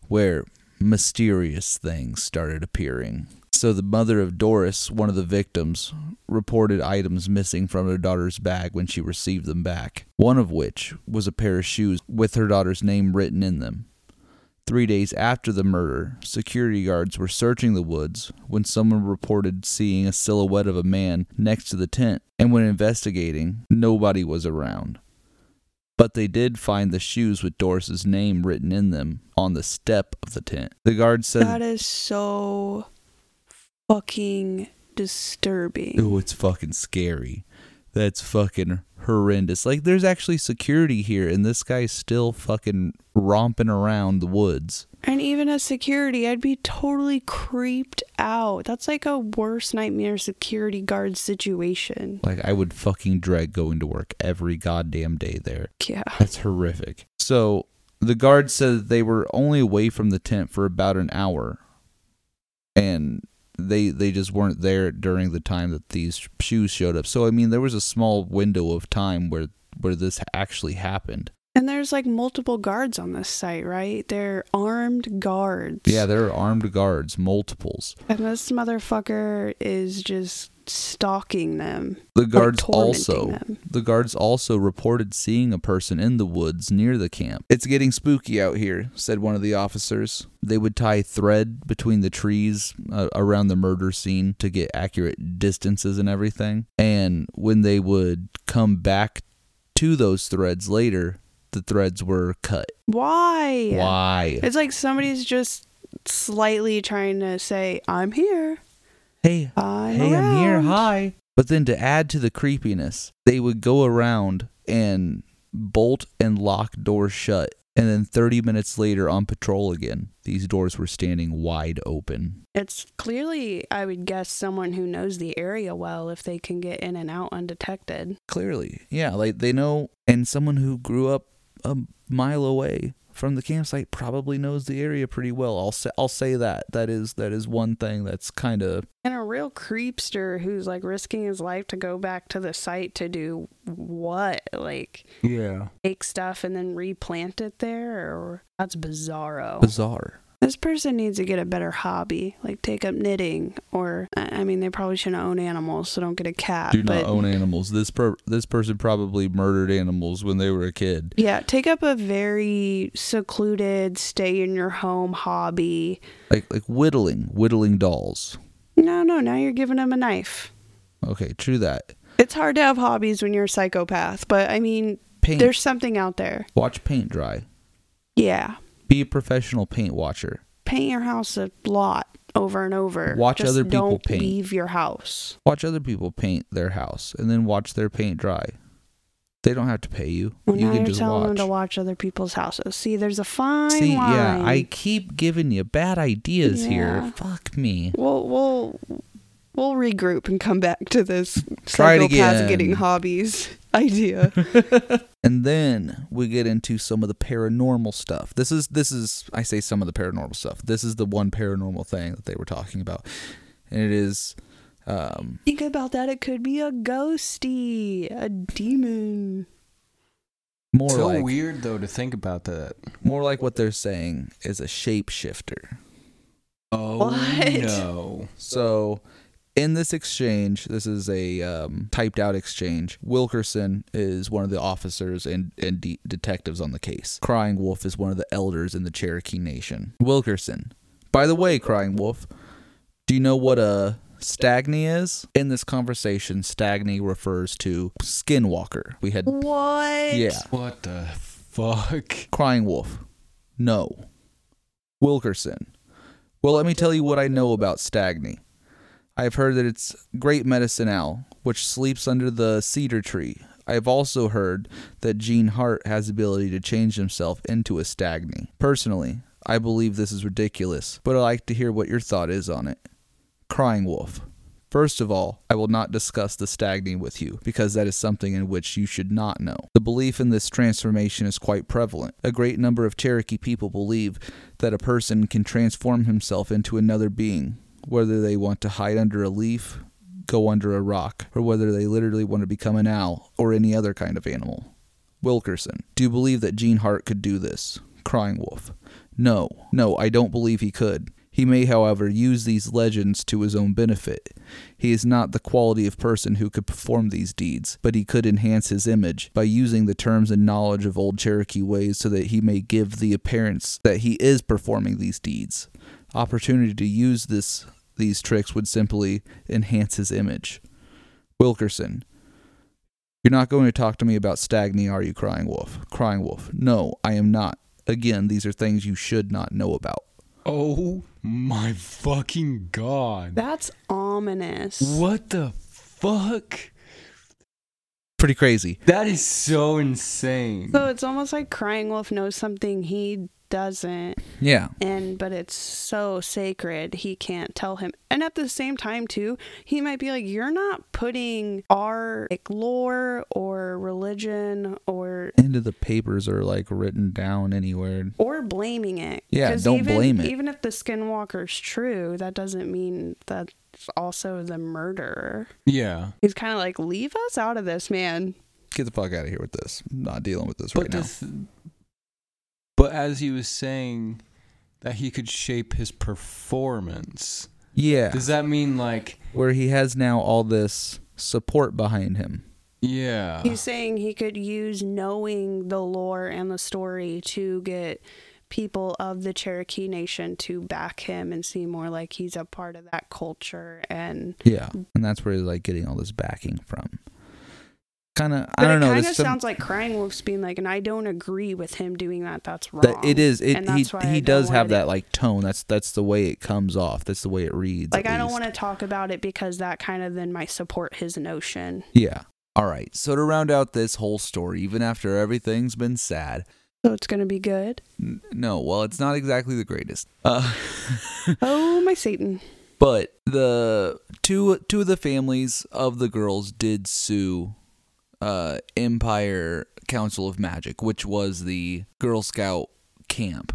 S2: where mysterious things started appearing. So the mother of Doris, one of the victims, reported items missing from her daughter's bag when she received them back, one of which was a pair of shoes with her daughter's name written in them. Three days after the murder, security guards were searching the woods when someone reported seeing a silhouette of a man next to the tent, and when investigating, nobody was around. But they did find the shoes with Doris's name written in them on the step of the tent. The guard said,
S3: That is so fucking disturbing.
S2: Oh, it's fucking scary. That's fucking horrendous. Like, there's actually security here, and this guy's still fucking romping around the woods.
S3: And even as security, I'd be totally creeped out. That's like a worst nightmare security guard situation.
S2: Like, I would fucking dread going to work every goddamn day there.
S3: Yeah.
S2: That's horrific. So the guard said that they were only away from the tent for about an hour, and they they just weren't there during the time that these shoes showed up. So I mean, there was a small window of time where where this actually happened.
S3: And there's like multiple guards on this site, right? They're armed guards.
S2: Yeah, there are armed guards, multiples.
S3: And this motherfucker is just stalking them.
S2: The
S3: or
S2: guards
S3: tormenting
S2: also
S3: them.
S2: The guards also reported seeing a person in the woods near the camp. It's getting spooky out here, said one of the officers. They would tie thread between the trees uh, around the murder scene to get accurate distances and everything. And when they would come back to those threads later, the threads were cut.
S3: Why?
S2: Why?
S3: It's like somebody's just slightly trying to say, I'm here.
S2: hey,
S3: I'm
S2: hey, I'm here.
S3: around."
S2: Hi. But then to add to the creepiness, they would go around and bolt and lock doors shut. And then 30 minutes later on patrol again, these doors were standing wide open.
S3: It's clearly, I would guess, someone who knows the area well if they can get in and out undetected.
S2: Clearly. Yeah, like they know. And someone who grew up a mile away from the campsite probably knows the area pretty well. I'll say I'll say that that is that is one thing that's kind of
S3: And a real creepster who's like risking his life to go back to the site to do what? Like
S5: Yeah.
S3: take stuff and then replant it there? Or that's bizarro.
S2: bizarre.
S3: this person needs to get a better hobby, like take up knitting, or I I mean, they probably shouldn't own animals, so don't get a cat.
S2: Do not
S3: Uh, but
S2: own animals. This per- this person probably murdered animals when they were a kid.
S3: yeah, take up a very secluded, stay in your home hobby.
S2: Like like whittling, whittling dolls.
S3: No, no, now you're giving them a knife.
S2: Okay, true that.
S3: It's hard to have hobbies when you're a psychopath, but I mean,
S2: Paint.
S3: there's something out there.
S2: Watch paint dry.
S3: Yeah.
S2: Be a professional paint watcher.
S3: Paint your house a lot over and over.
S2: Watch
S3: Just
S2: other people
S3: don't
S2: paint.
S3: Leave your house.
S2: Watch other people paint their house and then watch their paint dry. They don't have to pay you.
S3: Well,
S2: you
S3: now
S2: can
S3: you're
S2: just
S3: telling
S2: watch.
S3: them to watch other people's houses. See, there's a fine
S2: See,
S3: line.
S2: yeah, I keep giving you bad ideas
S3: Yeah.
S2: here. Fuck me.
S3: We'll we'll we'll regroup and come back to this
S2: Try it
S3: psychopath
S2: again.
S3: getting hobbies idea.
S2: and then we get into some of the paranormal stuff this is this is i say some of the paranormal stuff this is the one paranormal thing that they were talking about and it is um
S3: Think about that. It could be a ghosty, a demon.
S2: more
S5: so
S2: like
S5: weird though to think about that.
S2: more like what they're saying is a shapeshifter
S5: Oh
S3: What?
S5: no.
S2: so in this exchange this is a um, typed out exchange wilkerson is one of the officers and, and de- detectives on the case crying wolf is one of the elders in the cherokee nation wilkerson by the way crying wolf Do you know what a Stagny is? In this conversation, Stagny refers to Skinwalker. We had
S3: What?
S2: yeah,
S5: What the fuck?
S2: Crying Wolf. No. Wilkerson. Well, let me tell you what I know about Stagny. I have heard that it's great medicine owl, which sleeps under the cedar tree. I have also heard that Gene Hart has the ability to change himself into a Stagny. Personally, I believe this is ridiculous, but I'd like to hear what your thought is on it. Crying Wolf. First of all, I will not discuss the stagning with you, because that is something in which you should not know. The belief in this transformation is quite prevalent. A great number of Cherokee people believe that a person can transform himself into another being, whether they want to hide under a leaf, go under a rock, or whether they literally want to become an owl or any other kind of animal. Wilkerson, do you believe that Gene Hart could do this? Crying Wolf, no, no, I don't believe he could. He may, however, use these legends to his own benefit. He is not the quality of person who could perform these deeds, but he could enhance his image by using the terms and knowledge of old Cherokee ways so that he may give the appearance that he is performing these deeds. Opportunity to use this these tricks would simply enhance his image. Wilkerson, you're not going to talk to me about Stagny, are you, Crying Wolf? Crying Wolf, no, I am not. Again, these are things you should not know about.
S5: Oh my fucking god.
S3: That's ominous.
S5: What the fuck?
S2: Pretty crazy.
S5: That is so insane.
S3: So it's almost like Crying Wolf knows something he doesn't,
S2: Yeah.
S3: and but it's so sacred he can't tell him. And at the same time, too, he might be like, "You're not putting our like, lore or religion or
S2: End of the papers are like written down anywhere.
S3: or blaming it."
S2: Yeah,
S3: 'Cause
S2: don't
S3: even,
S2: blame it.
S3: Even if the Skinwalker's true, that doesn't mean that's also the murderer.
S5: yeah.
S3: He's kind of like, "Leave us out of this, man."
S2: Get the fuck out of here with this. I'm not dealing with this
S5: But
S2: right
S5: the
S2: now.
S5: th- but as he was saying that he could shape his performance.
S2: Yeah.
S5: Does that mean like
S2: where he has now all this support behind him.
S5: yeah.
S3: He's saying he could use knowing the lore and the story to get people of the Cherokee Nation to back him and see more like he's a part of that culture. And
S2: Yeah. And that's where he's like getting all this backing from. Kind of,
S3: but
S2: I don't
S3: it
S2: know.
S3: kind of
S2: there's some-
S3: sounds like Crying Wolf's being like, and I don't agree with him doing that. That's wrong.
S2: that it is. It
S3: and
S2: he
S3: that's why I
S2: he
S3: don't
S2: does
S3: wanna
S2: have
S3: do-
S2: that like tone. That's that's the way it comes off. That's the way it reads.
S3: Like
S2: at
S3: I don't
S2: least.
S3: want to talk about it because that kind of then might support his notion.
S2: Yeah. All right. So to round out this whole story, even after everything's been sad,
S3: So it's gonna be good.
S2: n- no, well, it's not exactly the greatest. Uh,
S3: Oh my Satan!
S2: but the two two of the families of the girls did sue uh, Empire Council of Magic, which was the Girl Scout camp.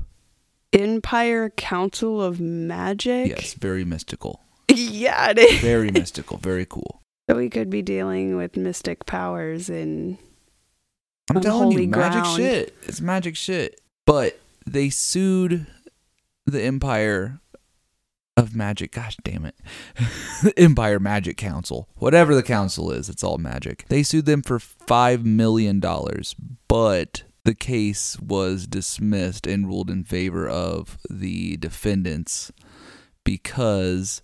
S3: Empire Council of Magic.
S2: Yes, very mystical.
S3: yeah, it is.
S2: Very mystical. Very cool.
S3: So we could be dealing with mystic powers and
S2: I'm telling
S3: Unholy
S2: you, magic
S3: ground.
S2: shit. It's magic shit. But they sued the Empire of Magic. Gosh damn it. Empire Magic Council. Whatever the council is, it's all magic. They sued them for $5 million, but the case was dismissed and ruled in favor of the defendants because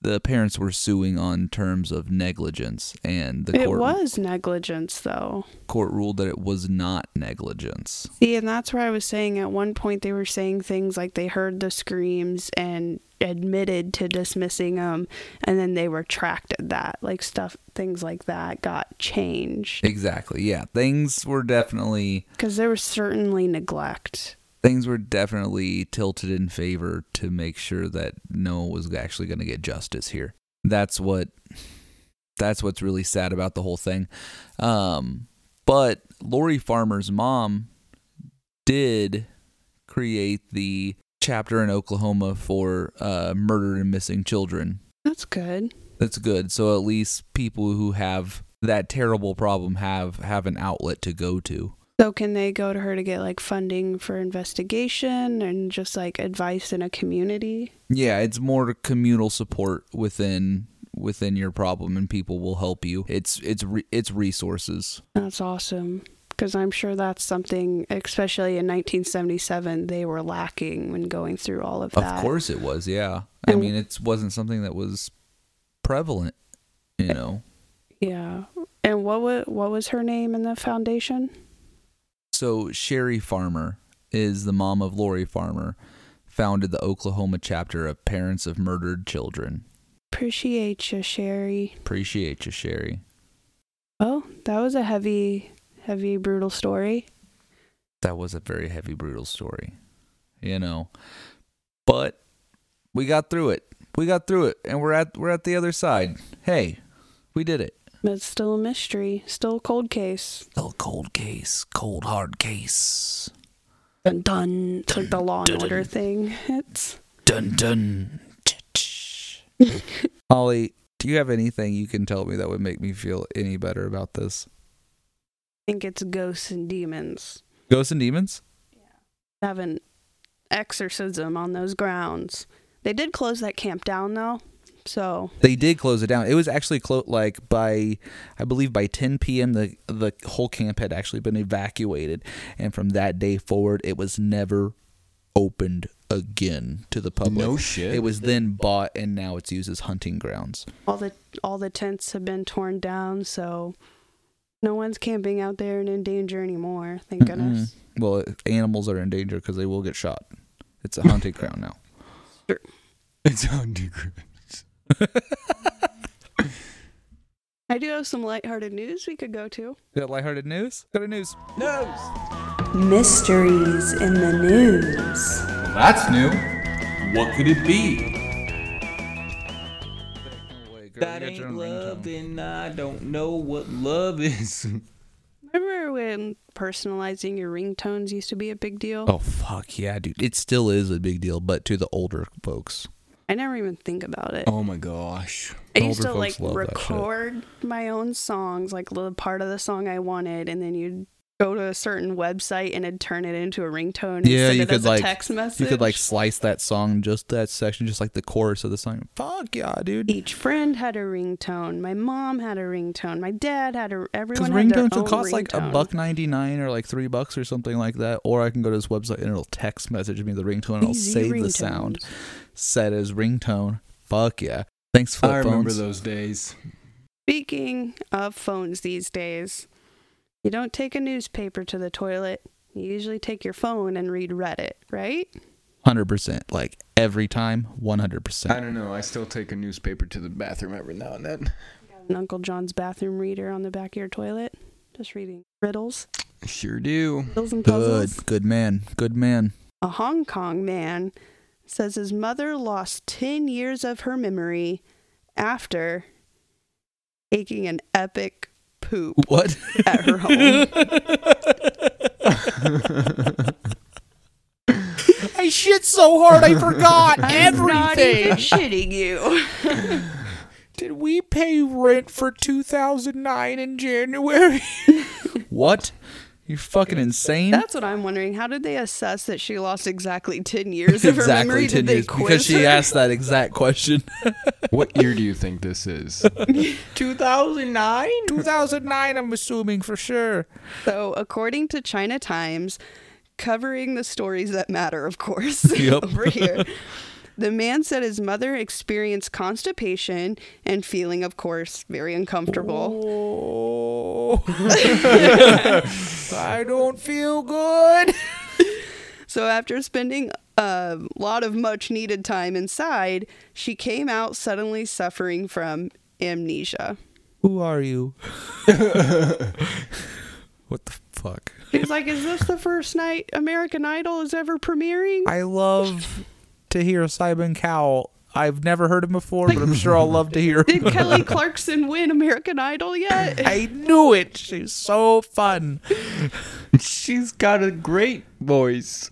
S2: the parents were suing on terms of negligence and the
S3: it
S2: court
S3: was negligence though.
S2: court ruled that it was not negligence.
S3: See, and that's where I was saying at one point they were saying things like they heard the screams and admitted to dismissing them and then they retracted that. Like stuff things like that got changed
S2: Exactly. Yeah, things were definitely
S3: cuz there was certainly neglect.
S2: things were definitely tilted in favor to make sure that no one was actually going to get justice here. That's what that's what's really sad about the whole thing. Um, but Lori Farmer's mom did create the chapter in Oklahoma for uh, murdered and missing children.
S3: That's good.
S2: That's good. So at least people who have that terrible problem have have an outlet to go to.
S3: So can they go to her to get like funding for investigation and just like advice in a community?
S2: Yeah, it's more communal support within within your problem and people will help you. It's it's re- it's resources.
S3: That's awesome. Because I'm sure that's something, especially in 1977, they were lacking when going through all of that.
S2: Of course it was. Yeah. I
S3: And-
S2: mean, it wasn't something that was prevalent, you know.
S3: Yeah. And what was, what was her name in the foundation?
S2: So Sherry Farmer is the mom of Lori Farmer, founded the Oklahoma chapter of Parents of Murdered Children.
S3: Appreciate you, Sherry.
S2: Appreciate you, Sherry.
S3: Oh, that was a heavy, heavy, brutal story.
S2: that was a very heavy, brutal story, you know. But we got through it. We got through it, and we're at we're at the other side. Hey, we did it.
S3: But it's still a mystery, still a cold case.
S2: Still cold case, cold hard case.
S3: Dun dun. It's like the Law and Order thing. It's
S2: Dun dun. Holly, do you have anything you can tell me that would make me feel any better about this?
S3: I think it's ghosts and demons.
S2: Ghosts and demons.
S3: Have an exorcism on those grounds. They did close that camp down though, so
S2: They did close it down. It was actually clo- like by, I believe by 10 p.m. the the whole camp had actually been evacuated, and from that day forward, it was never opened again to the public.
S4: No shit.
S2: It was then bought, and now it's used as hunting grounds.
S3: all the all the tents have been torn down. So no one's camping out there and in danger anymore. Thank
S2: Mm-mm.
S3: goodness.
S2: Well, animals are in danger because they will get shot. It's a hunting ground now.
S4: It's underground.
S3: I do have some lighthearted news we could go to.
S2: Is that lighthearted news? Got a news.
S6: Mysteries in the news.
S4: That's new.
S1: What could it be?
S2: That ain't love.
S4: then I don't know what love is.
S3: Remember when personalizing your ringtones used to be a big deal?
S2: Oh fuck yeah, dude! It still is a big deal, but to the older folks.
S3: I never even think about it.
S4: oh my gosh.
S3: I used to
S2: older
S3: like
S2: folks love that shit.
S3: record my own songs, like the part of the song I wanted, and then you'd go to a certain website and it'd turn it into a ringtone. and
S2: Yeah,
S3: send
S2: you
S3: it
S2: could,
S3: as
S2: like-
S3: a text message.
S2: You could like slice that song, just that section, just like the chorus of the song. Fuck yeah, dude.
S3: Each friend had a ringtone. My mom had a ringtone. My dad had a.
S2: Because
S3: Everyone had their
S2: ringtones will
S3: own
S2: cost like a
S3: ringtone.
S2: buck ninety nine or like three bucks or something like that. Or I can go to this website and it'll text message me the ringtone and I'll
S3: Easy
S2: save the sound.
S3: ringtones.
S2: Set as ringtone. Fuck yeah. Thanks flip
S4: I remember
S2: phones.
S4: those days.
S3: Speaking of phones these days, you don't take a newspaper to the toilet. You usually take your phone and read Reddit, right?
S2: Hundred percent. Like every time, one hundred
S4: I
S2: percent.
S4: don't know. I still take a newspaper to the bathroom every now and then.
S3: And Uncle John's bathroom reader on the back of your toilet, just reading riddles,
S4: Sure do.
S3: riddles and puzzles.
S2: Good, good man, good man.
S3: A Hong Kong man says his mother lost 10 years of her memory after taking an epic poo. poop
S2: What?
S3: at her home.
S7: I shit so hard I forgot
S3: I'm not even
S7: everything.
S3: shitting you.
S7: Did we pay rent for 2009 in January?
S2: What? You're fucking insane.
S3: That's what I'm wondering. How did they assess that she lost exactly 10 years of her memory? Did they quiz
S2: because she
S3: her?
S2: asked that exact question.
S4: What year do you think this is?
S7: 2009? 2009, I'm assuming for sure.
S3: So, according to China Times, covering the stories that matter, of course,
S2: Yep.
S3: over here, the man said his mother experienced constipation and feeling, of course, very uncomfortable.
S7: Oh. I don't feel good.
S3: So, after spending a lot of much needed time inside, she came out suddenly suffering from amnesia.
S2: Who are you? what the fuck?
S3: She's like, Is this the first night American Idol is ever premiering?
S7: I love to hear Simon Cowell. I've never heard him before, but I'm sure I'll love to hear
S3: Did
S7: him.
S3: Kelly Clarkson win American Idol yet?
S7: I knew it. She's so fun.
S4: She's got a great voice.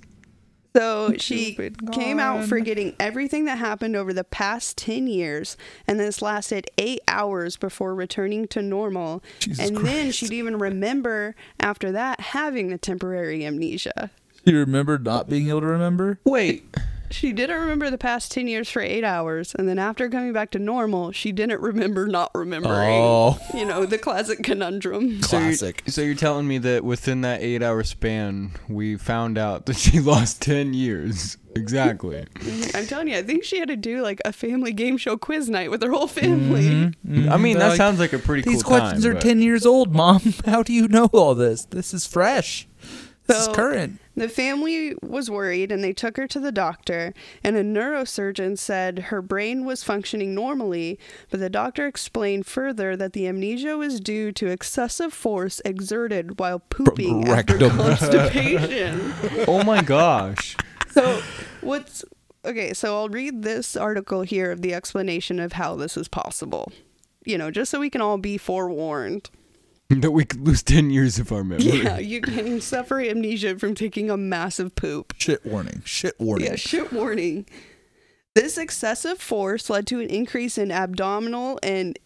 S3: So she came out forgetting everything that happened over the past 10 years, and this lasted eight hours before returning to normal. and then she'd even remember after that having the temporary amnesia.
S2: You remember not being able to remember?
S4: Wait,
S3: She didn't remember the past 10 years for eight hours, and then after coming back to normal, she didn't remember not remembering.
S2: Oh.
S3: You know, the classic conundrum.
S2: Classic.
S4: So you're, so you're telling me that within that eight hour span, we found out that she lost 10 years. Exactly.
S3: I'm telling you, I think she had to do like a family game show quiz night with her whole family. Mm,
S4: I mean, that
S2: Like,
S4: sounds like a pretty
S2: These
S4: cool time,
S2: questions are
S4: but-
S2: 10 years old, Mom. How do you know all this? This is fresh. This
S3: So-
S2: is current.
S3: The family was worried and they took her to the doctor, and a neurosurgeon said her brain was functioning normally, but the doctor explained further that the amnesia was due to excessive force exerted while pooping after
S2: rectum.
S3: constipation.
S4: Oh my gosh.
S3: so, what's okay? So, I'll read this article here of the explanation of how this is possible. You know, just so we can all be forewarned.
S4: that we could lose 10 years of our memory.
S3: Yeah, you can suffer amnesia from taking a massive poop.
S2: Shit warning. Shit warning.
S3: Yeah, shit warning. This excessive force led to an increase in abdominal and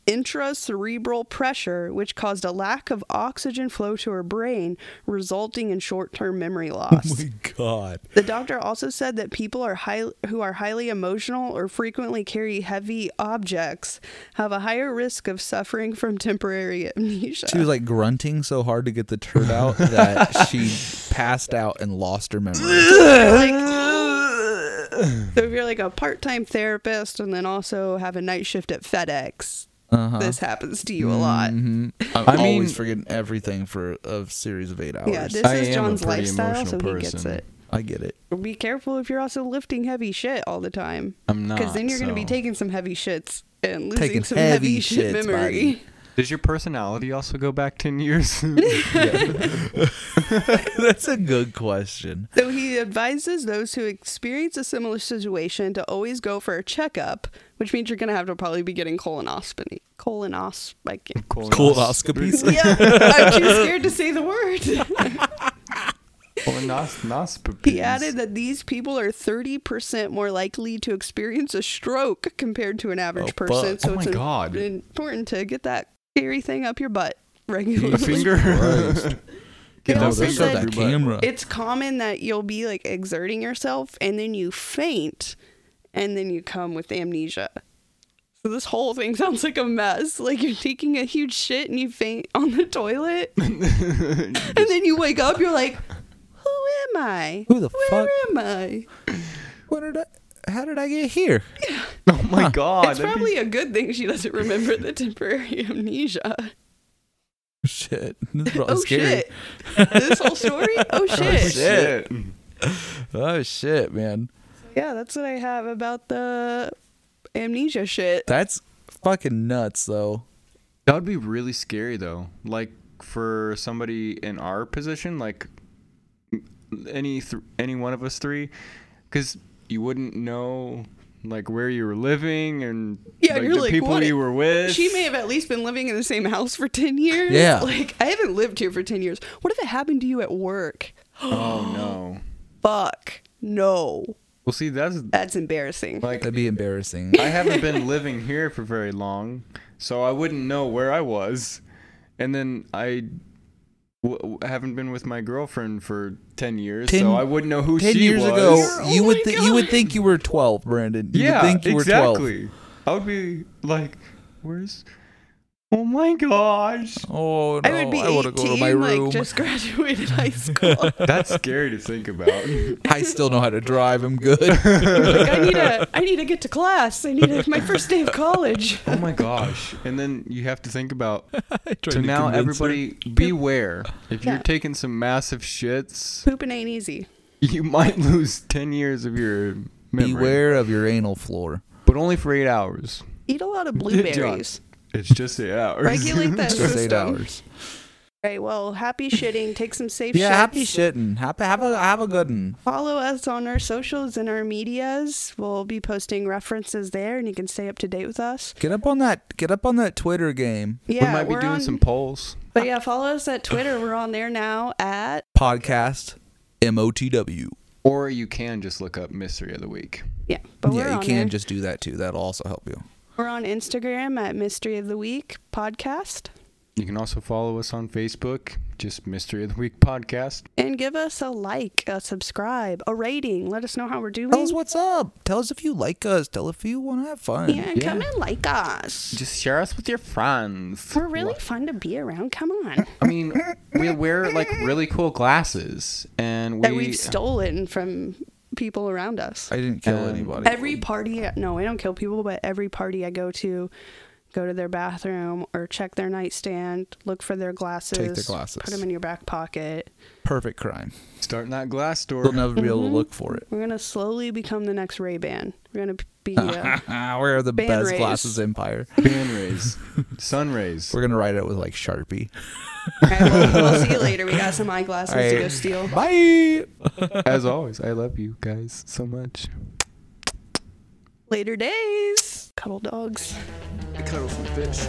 S3: intracerebral pressure, which caused a lack of oxygen flow to her brain, resulting in short term memory loss.
S2: Oh God.
S3: the doctor also said that people are high, who are highly emotional or frequently carry heavy objects have a higher risk of suffering from temporary amnesia.
S2: She was like grunting so hard to get the turd out that she passed out and lost her memory.
S3: Like- so if you're like a part-time therapist and then also have a night shift at FedEx,
S4: Uh-huh.
S3: this happens to you a lot.
S4: Mm-hmm,
S2: I'm
S4: I mean-
S2: always forgetting everything for a series of eight hours.
S3: Yeah, this
S4: I
S3: is
S4: am a
S3: John's
S4: pretty
S3: lifestyle, so
S4: emotional
S3: he gets
S4: person.
S3: it.
S2: I get it.
S3: Be careful if you're also lifting heavy shit all the time.
S4: I'm not.
S3: Because then you're going to be
S4: so-
S3: taking some heavy shits and losing
S2: Taking
S3: some heavy,
S2: heavy
S3: shit
S2: shits,
S3: memory.
S2: buddy.
S4: Does your personality also go back 10 years?
S2: That's a good question.
S3: So he advises those who experience a similar situation to always go for a checkup, which means you're going to have to probably be getting colonoscopy. Colonos, I can't.
S2: Colonoscopies.
S3: Yeah, I'm too scared to say the word.
S4: Colonoscopies.
S3: He added that these people are 30% more likely to experience a stroke compared to an average
S2: Oh, fuck.
S3: person. So
S4: Oh my
S3: it's im-
S4: God.
S3: important to get that scary thing up your butt
S4: Your
S3: regularly.
S4: finger.
S3: They
S4: Get
S2: Oh,
S3: also
S2: they showed
S3: said
S2: that camera.
S3: it's common that you'll be like exerting yourself and then you faint and then you come with amnesia. So this whole thing sounds like a mess. Like you're taking a huge shit and you faint on the toilet.
S4: Oh
S3: and then you wake up, you're like, who am I?
S2: Who the
S3: Where
S2: fuck?
S3: am I?
S2: What did I, how did I get here?
S4: Oh my god.
S3: it's
S4: that'd be
S3: probably a good thing she doesn't remember the temporary amnesia.
S2: Oh, Shit. This is probably
S3: Oh
S2: scary.
S3: shit! this whole story. Oh shit.
S2: shit. Oh shit, man.
S3: Yeah, that's what I have about the amnesia shit.
S2: That's fucking nuts though.
S4: That would be really scary though. Like for somebody in our position, like any th- any one of us three, because you wouldn't know like where you were living and
S3: Yeah,
S4: like,
S3: you're
S4: the
S3: like,
S4: people
S3: what?
S4: you were with.
S3: She may have at least been living in the same house for 10 years.
S2: Yeah.
S3: Like, I haven't lived here for 10 years. What if it happened to you at work?
S4: Oh no.
S3: Fuck. No.
S4: Well, see, that's
S3: That's embarrassing.
S4: like
S2: That'd be embarrassing.
S4: I haven't been living here for very long, so I wouldn't know where I was. And then I w- w- haven't been with my girlfriend for 10 years,
S2: Ten-
S4: so I wouldn't know who
S2: Ten
S4: she
S2: years
S4: was.
S2: ago,
S3: Oh
S2: you
S3: my
S2: would th- you would
S3: God.
S2: think you were twelve, Brandon. You
S4: yeah,
S2: would think you were twelve.
S4: exactly. I would be like, where's. Oh my gosh.
S2: Oh no!
S3: I would be
S2: I want to
S3: 18,
S2: go to my room.
S3: like, just graduated high school.
S4: That's scary to think about.
S2: I still know how to drive. I'm good.
S3: like, I need to, I need to get to class. I need a, my first day of college.
S4: Oh my gosh. And then you have to think about. So
S2: to
S4: now
S2: convince her.
S4: everybody beware. If
S3: Yeah.
S4: you're taking some massive shits,
S3: Pooping ain't easy.
S4: you might lose 10 years of your memory.
S2: Beware of your anal floor.
S4: but only for eight hours.
S3: Eat a lot of
S4: John,
S3: blueberries.
S4: It's just eight hours.
S3: Regulate that
S2: Just
S3: system.
S2: eight hours.
S3: Right. Well, happy shitting. Take some safe
S2: Yeah,
S3: shits.
S2: happy shitting. Happy have a have a good one.
S3: Follow us on our socials and our medias. We'll be posting references there, and you can stay up to date with us.
S2: Get up on that. Get up on that Twitter game.
S3: Yeah,
S4: we might be
S3: are
S4: doing
S3: on,
S4: some polls.
S3: But yeah, follow us at Twitter. We're on there now at
S2: Podcast. MOTW.
S4: Or you can just look up Mystery of the Week.
S3: yeah. But we're
S2: yeah, you
S3: on
S2: can
S3: there.
S2: just do that too. That'll also help you.
S3: We're on Instagram at Mystery of the Week podcast,
S4: You can also follow us on Facebook, just Mystery of the Week Podcast.
S3: and give us a like, a subscribe, a rating. Let us know how we're doing.
S2: Tell us
S4: Oh,
S2: what's up. Tell us if you like us. Tell if you want to have fun.
S3: yeah,
S4: Yeah.
S3: come and like us.
S4: Just share us with your friends.
S3: we're really fun to be around. Come on.
S4: I mean, we wear like really cool glasses, and we
S3: that we've stolen from people around us.
S2: I didn't kill
S4: Um,
S2: anybody.
S3: every party no i don't kill people but every party i go to go to their bathroom or check their nightstand look for their glasses
S2: glasses.
S3: put them in your back pocket
S2: Perfect crime.
S4: starting that glass door.
S2: They'll never be
S3: Mm-hmm.
S2: able to look for it.
S3: we're gonna slowly become the next ray ban we're gonna be uh,
S2: Ah, we're the
S3: Band
S2: best
S3: rays.
S2: glasses empire.
S4: Fan rays, sun rays.
S2: We're gonna write it with like Sharpie.
S3: all right, well, we'll see you later we got some eyeglasses to go
S2: Alright.
S3: steal
S2: Bye.
S4: As always, I love you guys so much.
S3: later days cuddle dogs
S4: Cuddle some fish.